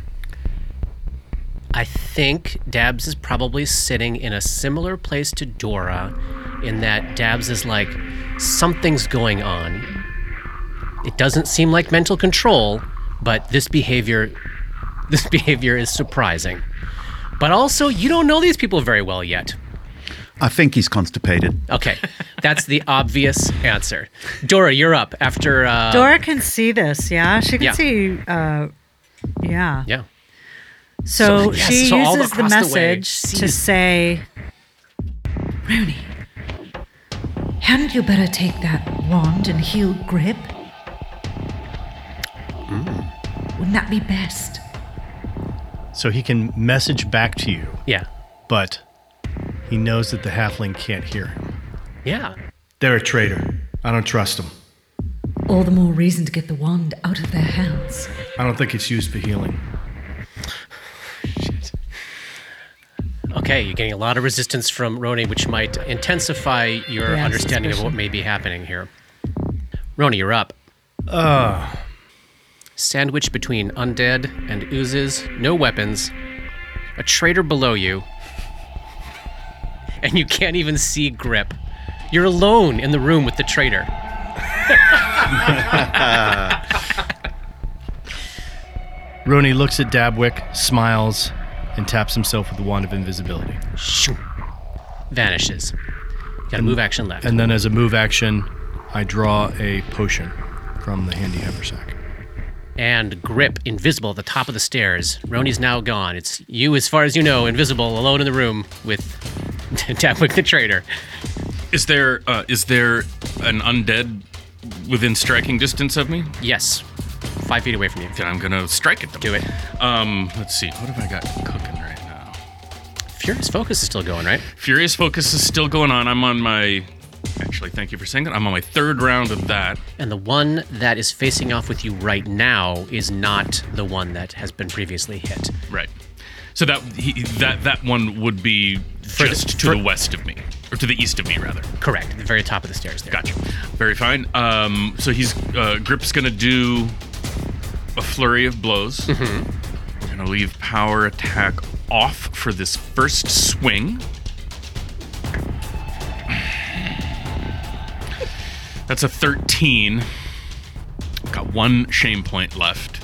Speaker 1: I think Dabs is probably sitting in a similar place to Dora, in that Dabs is like, something's going on. It doesn't seem like mental control, but this behavior, this behavior is surprising. But also, you don't know these people very well yet.
Speaker 2: I think he's constipated.
Speaker 1: Okay, that's the obvious answer. Dora, you're up after. Uh,
Speaker 3: Dora can see this. Yeah, she can
Speaker 1: Yeah.
Speaker 3: see. Uh, yeah.
Speaker 1: Yeah. So,
Speaker 3: So,
Speaker 1: yes,
Speaker 3: she
Speaker 1: so all
Speaker 3: uses the
Speaker 1: across the way,
Speaker 3: message to
Speaker 1: sees-
Speaker 3: say,
Speaker 8: Rooney, hadn't you better take that wand and heal Grip? Wouldn't that be best?
Speaker 4: So he can message back to you,
Speaker 1: Yeah.
Speaker 4: but he knows that the halfling can't hear him.
Speaker 1: Yeah.
Speaker 7: They're a traitor. I don't trust them.
Speaker 8: All the more reason to get the wand out of their hands.
Speaker 7: I don't think it's used for healing.
Speaker 1: Okay, you're getting a lot of resistance from Roni, which might intensify your
Speaker 3: Yeah,
Speaker 1: understanding of what may be happening here. Roni, you're up. Sandwiched between undead and oozes, no weapons, a traitor below you, and you can't even see Grip. You're alone in the room with the traitor.
Speaker 4: Rooney looks at Dabwick, smiles, and taps himself with the wand of invisibility.
Speaker 1: Shoo. Vanishes. Got a move action left.
Speaker 4: And then, as a move action, I draw a potion from the handy haversack.
Speaker 1: and grip invisible at the top of the stairs. Roni's now gone. It's you, as far as you know, invisible, alone in the room with Tapwick the traitor.
Speaker 5: Is there uh, is there an undead within striking distance of me?
Speaker 1: Yes, five feet away from you.
Speaker 5: Then I'm gonna strike at them.
Speaker 1: Do it.
Speaker 5: Um, let's see. What have I got cooking right now?
Speaker 1: Furious Focus is still going, right?
Speaker 5: Furious Focus is still going on. I'm on my. Actually, thank you for saying that. I'm on my third round of that.
Speaker 1: And the one that is facing off with you right now is not the one that has been previously hit.
Speaker 5: Right. So that he, that that one would be
Speaker 1: the-
Speaker 5: just to
Speaker 1: for-
Speaker 5: the west of me, or to the east of me, rather.
Speaker 1: Correct, at the very top of the stairs there.
Speaker 5: Gotcha. Very fine. Um, so he's uh, grip's gonna do a flurry of blows. We're gonna leave power attack off for this first swing. That's a 13. Got one shame point left,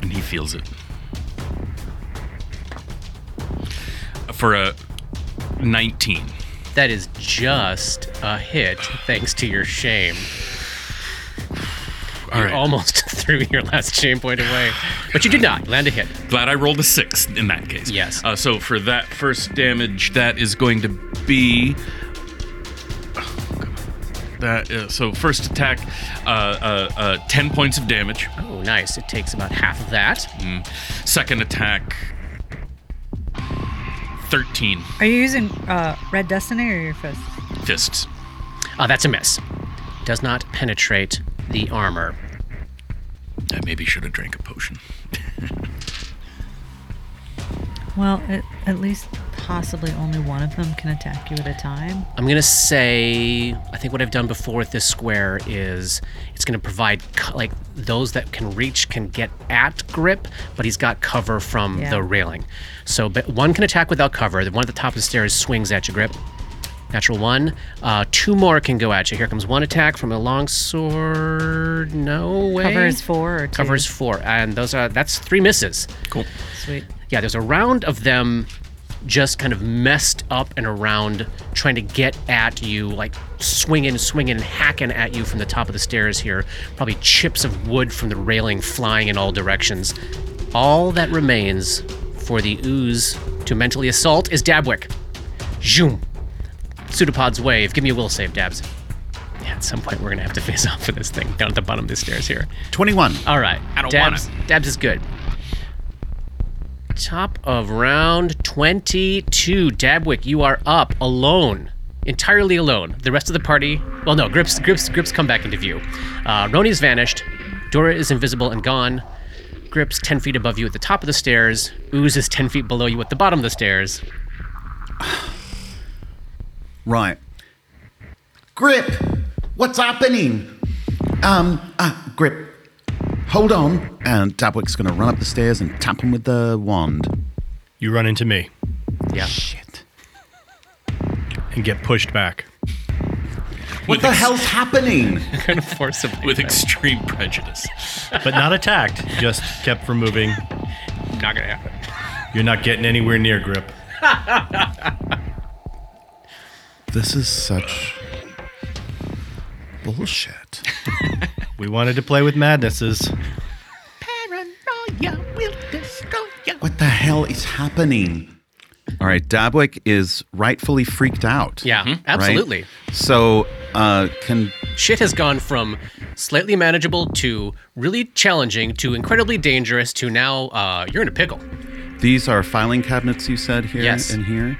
Speaker 5: and he feels it. For a 19.
Speaker 1: That is just a hit, thanks to your shame.
Speaker 5: All
Speaker 1: you
Speaker 5: right.
Speaker 1: almost threw your last shame point away, but you did not land a hit.
Speaker 5: Glad I rolled a six in that case.
Speaker 1: Yes.
Speaker 5: Uh, so for that first damage, that is going to be. oh, That uh, so first attack, uh, uh, uh, ten points of damage.
Speaker 1: Oh, nice. It takes about half of that.
Speaker 5: Second attack, thirteen
Speaker 3: Are you using uh, Red Destiny or your fist?
Speaker 5: fists.
Speaker 1: Ah, that's a miss. Does not penetrate the armor.
Speaker 5: I maybe should have drank a potion.
Speaker 3: Well, at, at least possibly only one of them can attack you at a time.
Speaker 1: I'm gonna say I think what I've done before with this square is it's gonna provide co- like those that can reach can get at grip, but he's got cover from
Speaker 3: Yeah.
Speaker 1: the railing. So but one can attack without cover. The one at the top of the stairs swings at you, grip. Natural one. Uh, two more can go at you. Here comes one attack from a long sword. No way.
Speaker 3: Cover is four or two.
Speaker 1: Cover is four, and those are that's three misses.
Speaker 5: Cool.
Speaker 3: sweet.
Speaker 1: yeah, there's a round of them just kind of messed up and around trying to get at you, like swinging, swinging, and hacking at you from the top of the stairs here. Probably chips of wood from the railing flying in all directions. All that remains for the ooze to mentally assault is Dabwick. Zoom. Pseudopod's wave. Give me a will save, Dabs. Yeah, at some point we're gonna have to face off with this thing down at the bottom of the stairs here.
Speaker 2: 21.
Speaker 1: All right.
Speaker 5: I don't want
Speaker 1: Dabs, Dabs is good. Top of round 22. Dabwick, you are up alone. Entirely alone. The rest of the party, well, no, Grips, Grips, Grips come back into view. Uh, Roni's vanished. Dora is invisible and gone. Grips 10 feet above you at the top of the stairs. Ooze is 10 feet below you at the bottom of the stairs.
Speaker 2: Right.
Speaker 6: Grip, what's happening?
Speaker 2: Um, ah, grip. Hold on. And Dabwick's going to run up the stairs and tap him with the wand.
Speaker 4: You run into me
Speaker 1: Yeah.
Speaker 2: Shit.
Speaker 4: and get pushed back.
Speaker 6: What the hell's happening?
Speaker 1: kind of forcibly.
Speaker 5: With extreme prejudice.
Speaker 4: But not attacked, just kept from moving.
Speaker 1: Not gonna happen.
Speaker 4: You're not getting anywhere near grip.
Speaker 2: This is such bullshit.
Speaker 4: We wanted to play with madnesses.
Speaker 2: What the hell is happening? All right, Dabwick is rightfully freaked out.
Speaker 1: Yeah,
Speaker 5: Mhm.
Speaker 2: right?
Speaker 1: absolutely.
Speaker 2: So, uh, can
Speaker 1: shit has gone from slightly manageable to really challenging to incredibly dangerous to now uh, you're in a pickle.
Speaker 2: these are filing cabinets you said here
Speaker 1: Yes.
Speaker 2: and here?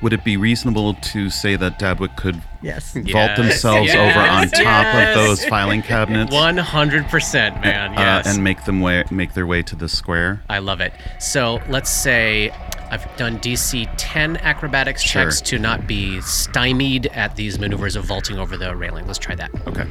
Speaker 2: Would it be reasonable to say that Dabwick could
Speaker 3: Yes.
Speaker 2: vault themselves
Speaker 1: Yes.
Speaker 2: over on top
Speaker 1: Yes.
Speaker 2: of those filing cabinets
Speaker 1: One hundred percent, man. Yes,
Speaker 2: uh, and make them way- make their way to the square?
Speaker 1: I love it. So let's say I've done DC ten acrobatics
Speaker 2: Sure.
Speaker 1: checks to not be stymied at these maneuvers of vaulting over the railing. Let's try that.
Speaker 2: Okay.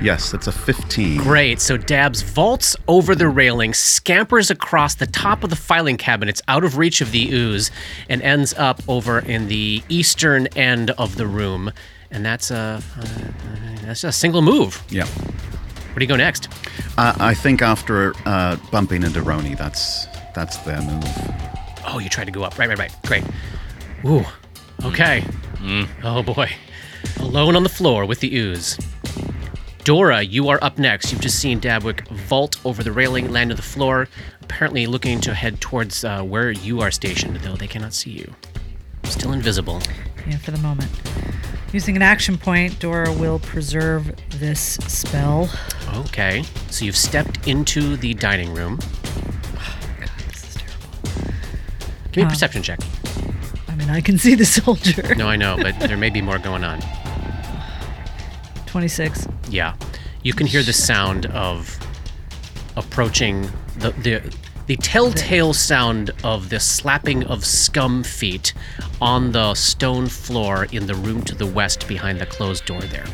Speaker 2: Yes, that's a 15.
Speaker 1: Great. So Dabs vaults over the railing, scampers across the top of the filing cabinets out of reach of the ooze, and ends up over in the eastern end of the room. and that's a uh, that's a single move.
Speaker 2: Yeah.
Speaker 1: Where do you go next?
Speaker 2: Uh, I think after uh, bumping into Roni, that's that's their move.
Speaker 1: Oh, you tried to go up. Right, right, right. Great. Ooh. Okay. Oh boy. Alone on the floor with the ooze. Dora, you are up next. You've just seen Dabwick vault over the railing, land on the floor, apparently looking to head towards uh, where you are stationed, though they cannot see you. Still invisible.
Speaker 3: Yeah, for the moment. Using an action point, Dora will preserve this spell.
Speaker 1: Okay. So you've stepped into the dining room.
Speaker 3: God, this is terrible.
Speaker 1: Give me a perception check.
Speaker 3: I mean, I can see the soldier.
Speaker 1: No, I know, but there may be more going on.
Speaker 3: 26.
Speaker 1: Yeah, you can hear the sound of approaching the the the telltale sound of the slapping of scum feet on the stone floor in the room to the west behind the closed door there.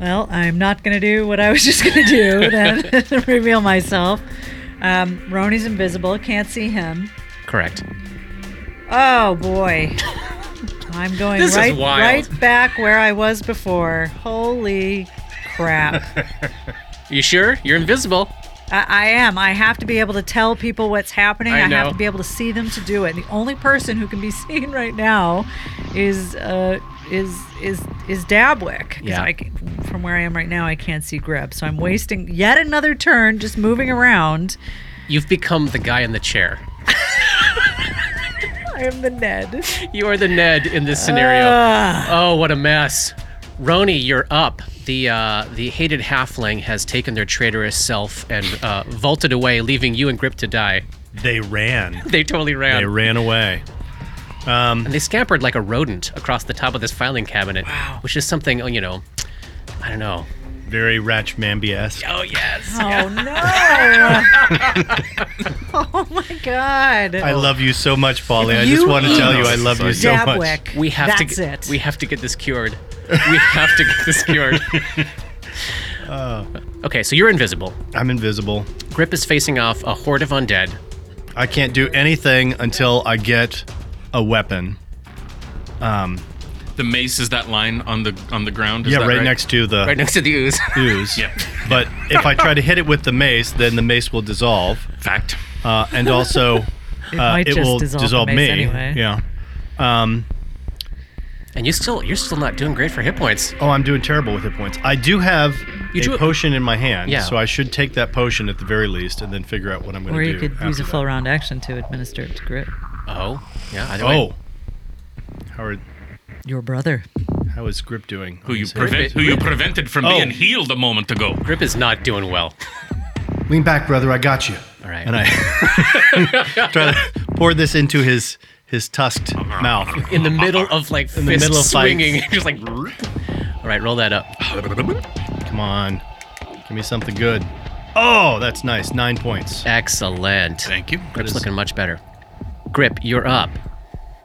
Speaker 3: Well, I'm not going to do what I was just going to do then reveal myself. Um, Roni's invisible, can't see him.
Speaker 1: Correct.
Speaker 3: Oh boy. I'm going
Speaker 1: This is
Speaker 3: right
Speaker 1: wild.
Speaker 3: right back where I was before. Holy crap.
Speaker 1: You sure? You're invisible.
Speaker 3: I, I am. I have to be able to tell people what's happening.
Speaker 1: I
Speaker 3: I,
Speaker 1: know.
Speaker 3: have to be able to see them to do it. The only person who can be seen right now is uh, is is is Dabwick. 'Cause
Speaker 1: Yeah.
Speaker 3: I c- from where I am right now, I can't see Greb, so I'm wasting yet another turn just moving around.
Speaker 1: You've become the guy in the chair.
Speaker 3: I am the Ned.
Speaker 1: You are the Ned in this scenario. Oh, what a mess. Roni, you're up. The uh, the hated halfling has taken their traitorous self and uh, vaulted away, leaving you and Grip to die.
Speaker 4: They ran.
Speaker 1: They totally ran.
Speaker 4: They ran away.
Speaker 1: And they scampered like a rodent across the top of this filing cabinet, which is something, oh, you know, I don't know.
Speaker 4: Very Ratchmanby esque.
Speaker 1: Oh, yes.
Speaker 3: Oh no! oh my God!
Speaker 4: I love you so much, Polly. I
Speaker 3: Oh. You
Speaker 4: just want to
Speaker 3: eat
Speaker 4: tell you I love you so much.
Speaker 3: Dabwick.
Speaker 1: We have
Speaker 3: That's
Speaker 1: to get,
Speaker 3: it.
Speaker 1: We have to get this cured. We have to get this cured. Okay, so you're invisible.
Speaker 4: I'm invisible.
Speaker 1: Grip is facing off a horde of undead.
Speaker 4: I can't do anything until I get a weapon.
Speaker 5: The mace is that line on the on the ground. Is
Speaker 4: yeah,
Speaker 5: that
Speaker 4: right, next to the
Speaker 1: Right next to the ooze.
Speaker 4: ooze.
Speaker 5: Yeah.
Speaker 4: But if I try to hit it with the mace, then the mace will dissolve,
Speaker 5: Fact.
Speaker 4: uh, and also uh, it,
Speaker 3: might just
Speaker 4: will
Speaker 3: dissolve
Speaker 4: dissolve,
Speaker 3: the mace
Speaker 4: me.
Speaker 3: anyway.
Speaker 4: Yeah. Um,
Speaker 1: And you still you're still not doing great for hit points.
Speaker 4: oh, I'm doing terrible with hit points. I do have
Speaker 1: You
Speaker 4: a
Speaker 1: drew-
Speaker 4: potion in my hand,
Speaker 1: Yeah.
Speaker 4: so I should take that potion at the very least, and then figure out what I'm going
Speaker 3: Or
Speaker 4: to do.
Speaker 3: you could
Speaker 4: after
Speaker 3: use a
Speaker 4: that.
Speaker 3: full round action to administer it to Grip.
Speaker 1: Oh, yeah. Either way.
Speaker 4: Oh, how are
Speaker 3: Your brother.
Speaker 4: how is Grip doing?
Speaker 5: Who you
Speaker 4: Is he-
Speaker 5: prevent? Who you prevented from
Speaker 4: Oh.
Speaker 5: being healed a moment ago?
Speaker 1: Grip is not doing well.
Speaker 7: Lean back, brother. I got you.
Speaker 1: All right.
Speaker 4: and I try to pour this into his his tusked mouth.
Speaker 1: in the middle of like
Speaker 4: the
Speaker 1: fist
Speaker 4: middle of fights.
Speaker 1: swinging, just like. All right, roll that up.
Speaker 4: Come on, give me something good. Oh, that's nice. Nine points.
Speaker 1: Excellent.
Speaker 5: Thank you.
Speaker 1: Grip's
Speaker 4: is-
Speaker 1: looking much better. Grip, you're up.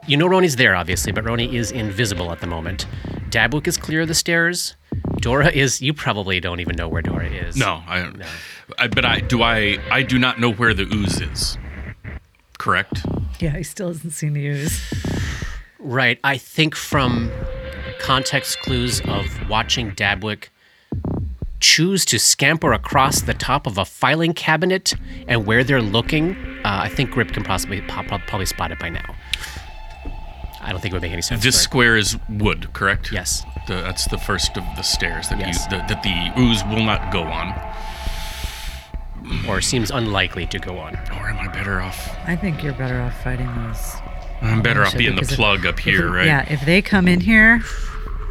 Speaker 1: You know Roni's there, obviously, but Roni is invisible at the moment. Dabwick is clear of the stairs. Dora is. You probably don't even know where Dora is.
Speaker 5: No, I don't. I, but I do. I I do not know where the ooze is. Correct.
Speaker 3: Yeah, he still hasn't seen the ooze.
Speaker 1: Right. I think from context clues of watching Dabwick choose to scamper across the top of a filing cabinet and where they're looking, uh, I think Grip can possibly po- po- probably spot it by now. I don't think it would make any sense.
Speaker 5: This
Speaker 1: right?
Speaker 5: square is wood. Correct.
Speaker 1: Yes.
Speaker 5: The, that's the first of the stairs that
Speaker 1: Yes.
Speaker 5: you the, that the ooze will not go on.
Speaker 1: or seems unlikely to go on.
Speaker 5: Or am I better off?
Speaker 3: I think you're better off fighting those.
Speaker 5: I'm better off
Speaker 3: Should
Speaker 5: being the
Speaker 3: because if-
Speaker 5: plug up
Speaker 3: if
Speaker 5: here,
Speaker 3: it-
Speaker 5: right?
Speaker 3: Yeah, if they come in here,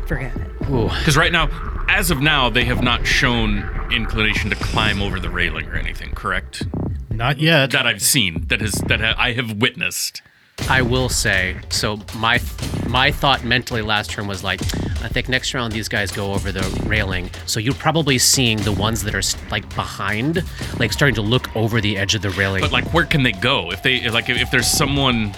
Speaker 3: forget it.
Speaker 1: Ooh.
Speaker 5: Because right now, as of now, they have not shown inclination to climb over the railing or anything. Correct.
Speaker 4: Not yet.
Speaker 5: That I've seen. That has that ha- I have witnessed.
Speaker 1: I will say so. My my thought mentally last turn was like, I think next round these guys go over the railing. So you're probably seeing the ones that are s- like behind, like starting to look over the edge of the railing.
Speaker 5: But like, where can they go if they like if, if there's someone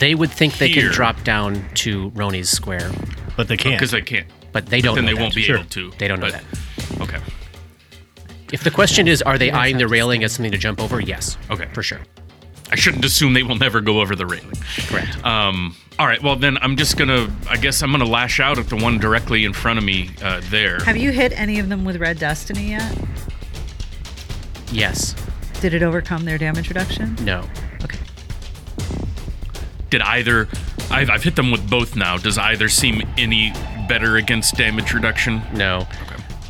Speaker 1: they would think they can
Speaker 5: here.
Speaker 1: drop down to Roni's square,
Speaker 4: but they can't.
Speaker 5: because they can't.
Speaker 1: but they don't.
Speaker 5: Then
Speaker 1: know
Speaker 5: they
Speaker 1: that.
Speaker 5: won't be
Speaker 4: Sure.
Speaker 5: able to.
Speaker 1: They don't know
Speaker 5: But- Okay.
Speaker 1: If the question is, are they eyeing
Speaker 3: have
Speaker 1: the
Speaker 3: to
Speaker 1: railing as something to jump over? Yes.
Speaker 5: Okay.
Speaker 1: For sure.
Speaker 5: I shouldn't assume they will never go over the railing.
Speaker 1: Correct.
Speaker 5: Um, all right, well, then I'm just gonna, I guess I'm gonna lash out at the one directly in front of me uh, there.
Speaker 3: Have you hit any of them with Red Destiny yet?
Speaker 1: Yes.
Speaker 3: Did it overcome their damage reduction?
Speaker 1: No.
Speaker 3: Okay.
Speaker 5: Did either, I've, I've hit them with both now. Does either seem any better against damage reduction?
Speaker 1: No.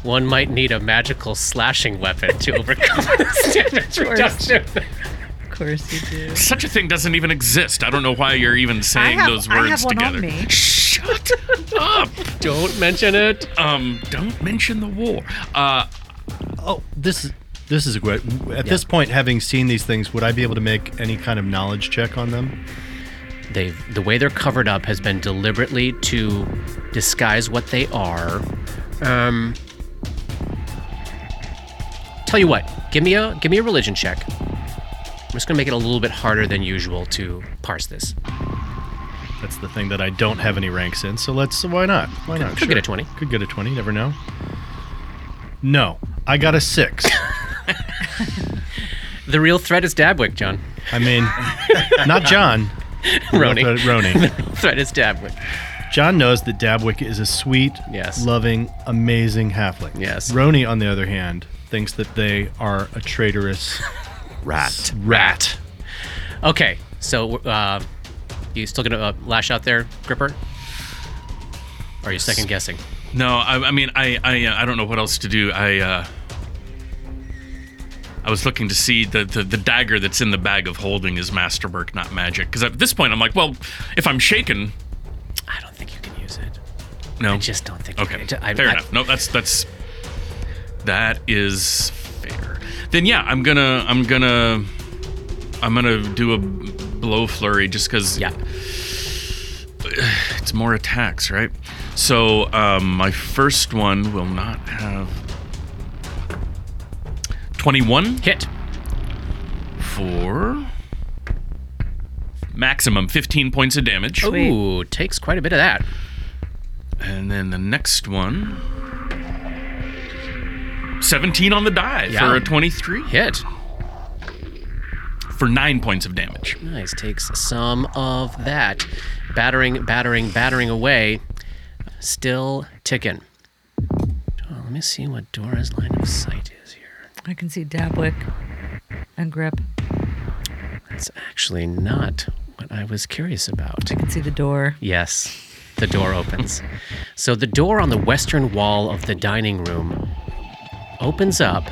Speaker 1: One might need a magical slashing weapon to overcome this damage reduction.
Speaker 3: Of course you do.
Speaker 5: Such a thing doesn't even exist. I don't know why you're even saying
Speaker 3: have-
Speaker 5: those
Speaker 3: I have
Speaker 5: words
Speaker 3: one on
Speaker 5: together.
Speaker 3: me.
Speaker 5: Shut up!
Speaker 1: Don't mention it.
Speaker 5: Um, don't mention the war. Uh,
Speaker 4: Oh, this is this is a great. At this point, having seen these things, would I be able to make any kind of knowledge check on them?
Speaker 1: They've the way they're covered up has been deliberately to disguise what they are. Um Tell you what, give me a give me a religion check. I'm just gonna make it a little bit harder than usual to parse this.
Speaker 4: That's the thing that I don't have any ranks in. So let's. Why not? Why not?
Speaker 1: could get a 20.
Speaker 4: Could get a twenty. Never know. No, I got a six.
Speaker 1: The real threat is Dabwick, John.
Speaker 4: I mean, not John.
Speaker 1: Roni.
Speaker 4: But Roni.
Speaker 1: threat is Dabwick.
Speaker 4: John knows that Dabwick is a sweet,
Speaker 1: Yes.
Speaker 4: loving, amazing halfling.
Speaker 1: Yes.
Speaker 4: Roni, on the other hand, thinks that they are a traitorous
Speaker 2: Rat.
Speaker 4: rat.
Speaker 1: Okay, so uh, you still gonna uh, lash out there, Gripper? Or are you second guessing?
Speaker 5: no, I, I mean, I, I, uh, I don't know what else to do. I, uh, I was looking to see the, the, the dagger that's in the bag of holding is masterwork, not magic. Because at this point, I'm like, well, if I'm shaken,
Speaker 1: I don't think you can use it.
Speaker 5: no,
Speaker 1: I just don't think.
Speaker 5: okay,
Speaker 1: You can. I,
Speaker 5: fair
Speaker 1: I-
Speaker 5: enough. No, that's that's that is fair. Then yeah, I'm gonna, I'm gonna, I'm gonna do a blow flurry just because.
Speaker 1: Yeah.
Speaker 5: It's more attacks, right? So um, my first one will not have 21
Speaker 1: Hit.
Speaker 5: for maximum 15 points of damage.
Speaker 1: Oh.
Speaker 3: Sweet.
Speaker 1: Ooh, takes quite a bit of that.
Speaker 5: And then the next one 17 on the die
Speaker 1: Yeah.
Speaker 5: for a 23
Speaker 1: Hit.
Speaker 5: for 9 points of damage.
Speaker 1: Nice. Takes some of that. Battering, battering, battering away. Still ticking. Oh, let me see what Dora's line of sight is here.
Speaker 3: I can see Dabwick and Grip.
Speaker 1: That's actually not what I was curious about.
Speaker 3: I can see the door.
Speaker 1: Yes, the door opens. so the door on the western wall of the dining room opens up,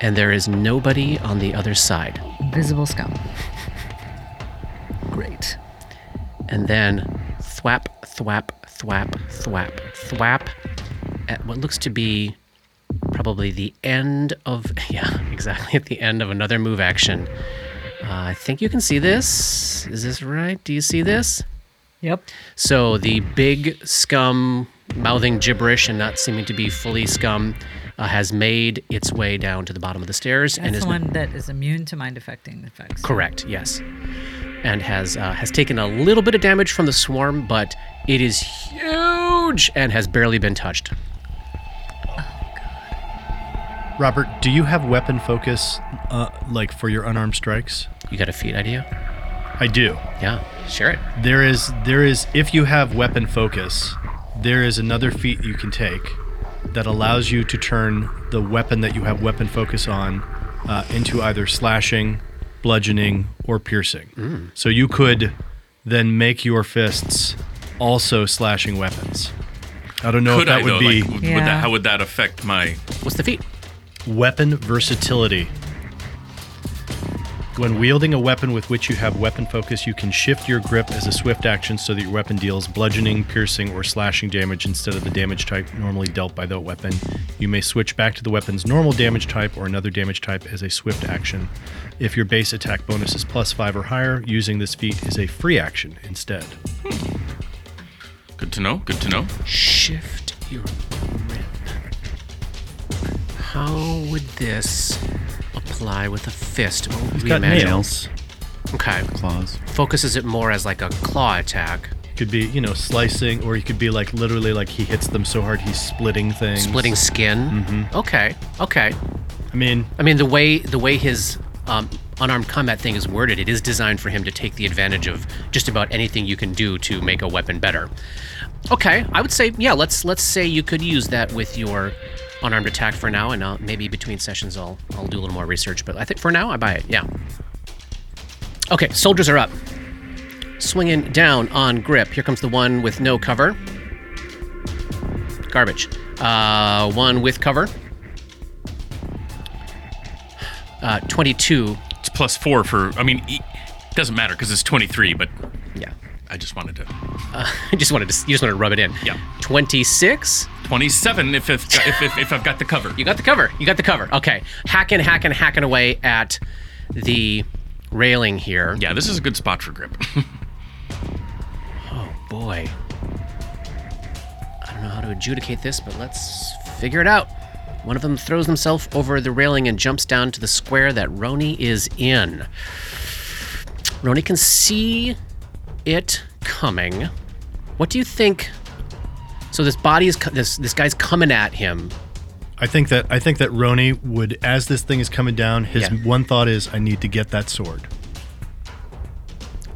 Speaker 1: and there is nobody on the other side.
Speaker 8: Invisible scum.
Speaker 3: Great.
Speaker 1: And then thwap, thwap, thwap, thwap, thwap at what looks to be probably the end of, yeah, exactly at the end of another move action. Uh, I think you can see this. Is this right? Do you see this?
Speaker 3: Yep.
Speaker 1: So the big scum, mouthing gibberish and not seeming to be fully scum, uh, has made its way down to the bottom of the stairs and
Speaker 3: That's
Speaker 1: is
Speaker 3: the one that is immune to mind affecting effects.
Speaker 1: correct. Yes, and has uh, has taken a little bit of damage from the swarm, but it is huge and has barely been touched.
Speaker 4: Robert, do you have weapon focus, uh, like for your unarmed strikes?
Speaker 1: You got a feat idea?
Speaker 4: I do.
Speaker 1: Yeah, share it.
Speaker 4: There is there is if you have weapon focus, there is another feat you can take that allows you to turn the weapon that you have weapon focus on uh, into either slashing, bludgeoning, or piercing. So you could then make your fists also slashing weapons. I don't know
Speaker 5: Could
Speaker 4: if Oh, that
Speaker 5: I
Speaker 4: would
Speaker 5: though?
Speaker 4: be
Speaker 5: Like, would, would
Speaker 3: Yeah.
Speaker 5: that, how would that affect my?
Speaker 1: What's the feat?
Speaker 4: Weapon versatility. When wielding a weapon with which you have weapon focus, you can shift your grip as a swift action so that your weapon deals bludgeoning, piercing, or slashing damage instead of the damage type normally dealt by the weapon. You may switch back to the weapon's normal damage type or another damage type as a swift action. If your base attack bonus is plus 5 or higher, using this feat is a free action instead.
Speaker 5: Good to know. Good to know.
Speaker 1: Shift your grip. How would this apply with a fist? What would we
Speaker 4: got
Speaker 1: imagine?
Speaker 4: nails.
Speaker 1: Okay.
Speaker 2: Claws.
Speaker 1: focuses it more as like a claw attack,
Speaker 4: Could be, you know, slicing, or you could be like literally like he hits them so hard he's splitting things.
Speaker 1: splitting skin. Okay, okay.
Speaker 4: I mean,
Speaker 1: I mean the way the way his um, unarmed combat thing is worded, it is designed for him to take the advantage of just about anything you can do to make a weapon better. Okay, I would say yeah. Let's let's say you could use that with your unarmed attack for now, and uh, maybe between sessions I'll I'll do a little more research. But I think for now I buy it. Yeah. Okay, soldiers are up. Swinging down on grip. Here comes the one with no cover. Garbage. Uh, one with cover. Uh, 22.
Speaker 5: It's plus four for. I mean, e- doesn't matter because it's 23. But
Speaker 1: Yeah.
Speaker 5: I just wanted to.
Speaker 1: I just wanted to you just wanted to rub it in.
Speaker 5: Yeah.
Speaker 1: 26.
Speaker 5: 27 if if if, if, if I've got the cover.
Speaker 1: You got the cover. You got the cover. Okay. Hacking, hacking, hacking away at the railing here.
Speaker 5: Yeah, this is a good spot for grip.
Speaker 1: Oh boy. I don't know how to adjudicate this, but let's figure it out. One of them throws himself over the railing and jumps down to the square that Roni is in. Roni can see it coming. What do you think? So this body is co- this this guy's coming at him.
Speaker 4: I think that I think that Roni would, as this thing is coming down, his
Speaker 1: Yeah.
Speaker 4: one thought is, "I need to get that sword."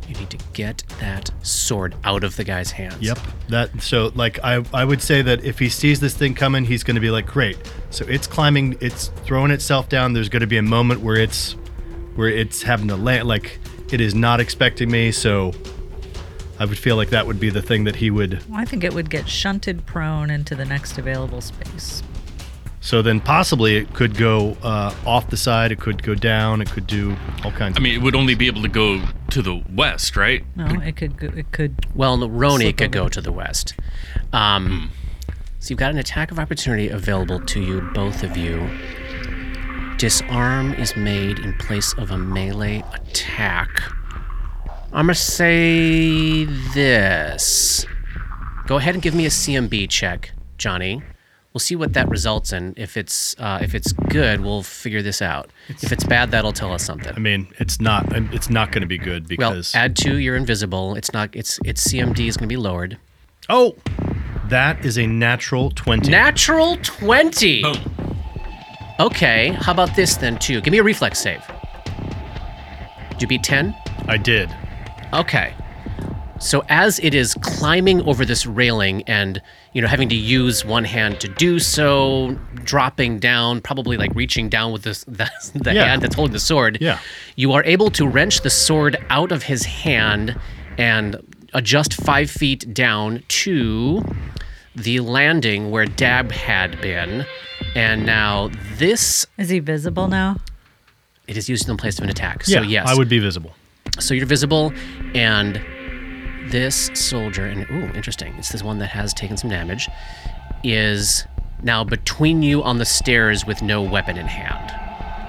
Speaker 1: You need to get that sword out of the guy's hands.
Speaker 4: Yep. That so like I I would say that if he sees this thing coming, he's going to be like, "Great." So it's climbing, it's throwing itself down. There's going to be a moment where it's where it's having to land like it is not expecting me, so I would feel like that would be the thing that he would
Speaker 3: I think it would get shunted prone into the next available space.
Speaker 4: So then possibly it could go uh, off the side, it could go down, it could do all
Speaker 5: I
Speaker 4: kinds of
Speaker 5: mean, it would only be able to go to the west, right?
Speaker 3: No, it could. go- It could.
Speaker 1: Well, no, Roni
Speaker 3: Slip
Speaker 1: could
Speaker 3: over.
Speaker 1: go to the west. Um, so you've got an attack of opportunity available to you, both of you. Disarm is made in place of a melee attack. I'm going to say this. Go ahead and give me a CMB check, Johnny. We'll see what that results in. If it's uh, if it's good, we'll figure this out. if it's bad, that'll tell us something.
Speaker 4: I mean, it's not it's not going to be good
Speaker 1: well,
Speaker 4: because
Speaker 1: add two. You're invisible. It's not. It's it's CMD is going to be lowered.
Speaker 4: Oh, that is a natural 20.
Speaker 1: Natural 20.
Speaker 5: Boom.
Speaker 1: Okay, how about this then, too? Give me a reflex save. Did you beat 10?
Speaker 4: I did.
Speaker 1: Okay. So as it is climbing over this railing and, you know, having to use one hand to do so, dropping down, probably like reaching down with this, the, the
Speaker 4: Yeah.
Speaker 1: hand that's holding the sword,
Speaker 4: Yeah.
Speaker 1: you are able to wrench the sword out of his hand and adjust five feet down to the landing where Dab had been. And now this,
Speaker 3: Is he visible now?
Speaker 1: it is used in place of an attack.
Speaker 4: Yeah,
Speaker 1: so yes.
Speaker 4: I would be visible.
Speaker 1: So you're visible, and this soldier, and ooh, interesting. It's this one that has taken some damage, is now between you on the stairs with no weapon in hand.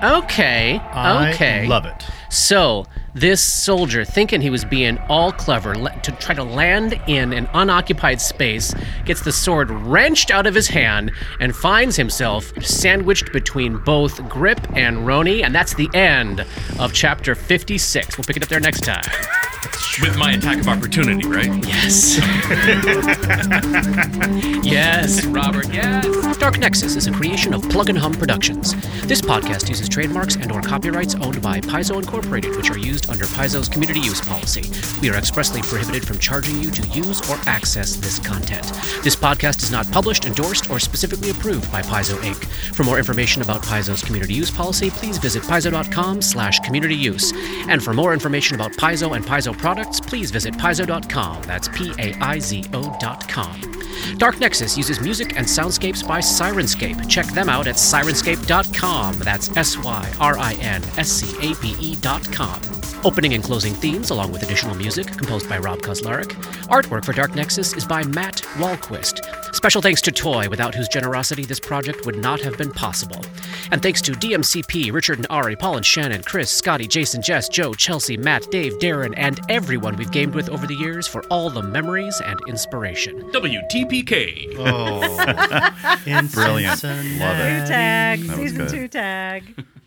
Speaker 1: Okay. okay.
Speaker 4: I love it.
Speaker 1: So this soldier, thinking he was being all clever le- to try to land in an unoccupied space, gets the sword wrenched out of his hand and finds himself sandwiched between both Grip and Roni, and that's the end of chapter 56. We'll pick it up there next time.
Speaker 5: With my attack of opportunity, right?
Speaker 1: Yes. yes, Robert, yes. Dark Nexus is a creation of Plug and Hum Productions. This podcast uses trademarks and or copyrights owned by Paizo Incorporated, which are used under Paizo's community use policy. We are expressly prohibited from charging you to use or access this content. This podcast is not published, endorsed, or specifically approved by Paizo Inc. For more information about Paizo's community use policy, please visit paizo.com slash community use. And for more information about Paizo and Paizo products, please visit paizo.com. That's P-A-I-Z-O dot com. Dark Nexus uses music and soundscapes by Sirenscape. Check them out at sirenscape.com. That's S-Y-R-I-N-S-C-A-P-E E dot com. Opening and closing themes, along with additional music, composed by Rob Kozlarek. Artwork for Dark Nexus is by Matt Walquist. Special thanks to Toy, without whose generosity this project would not have been possible. And thanks to DMCP, Richard and Ari, Paul and Shannon, Chris, Scotty, Jason, Jess, Joe, Chelsea, Matt, Dave, Darren, and everyone we've gamed with over the years for all the memories and inspiration.
Speaker 5: WTPK.
Speaker 7: Oh.
Speaker 2: Brilliant.
Speaker 7: Love
Speaker 2: Love it.
Speaker 3: Two tags.
Speaker 2: That was
Speaker 3: Season
Speaker 2: good.
Speaker 3: two tag.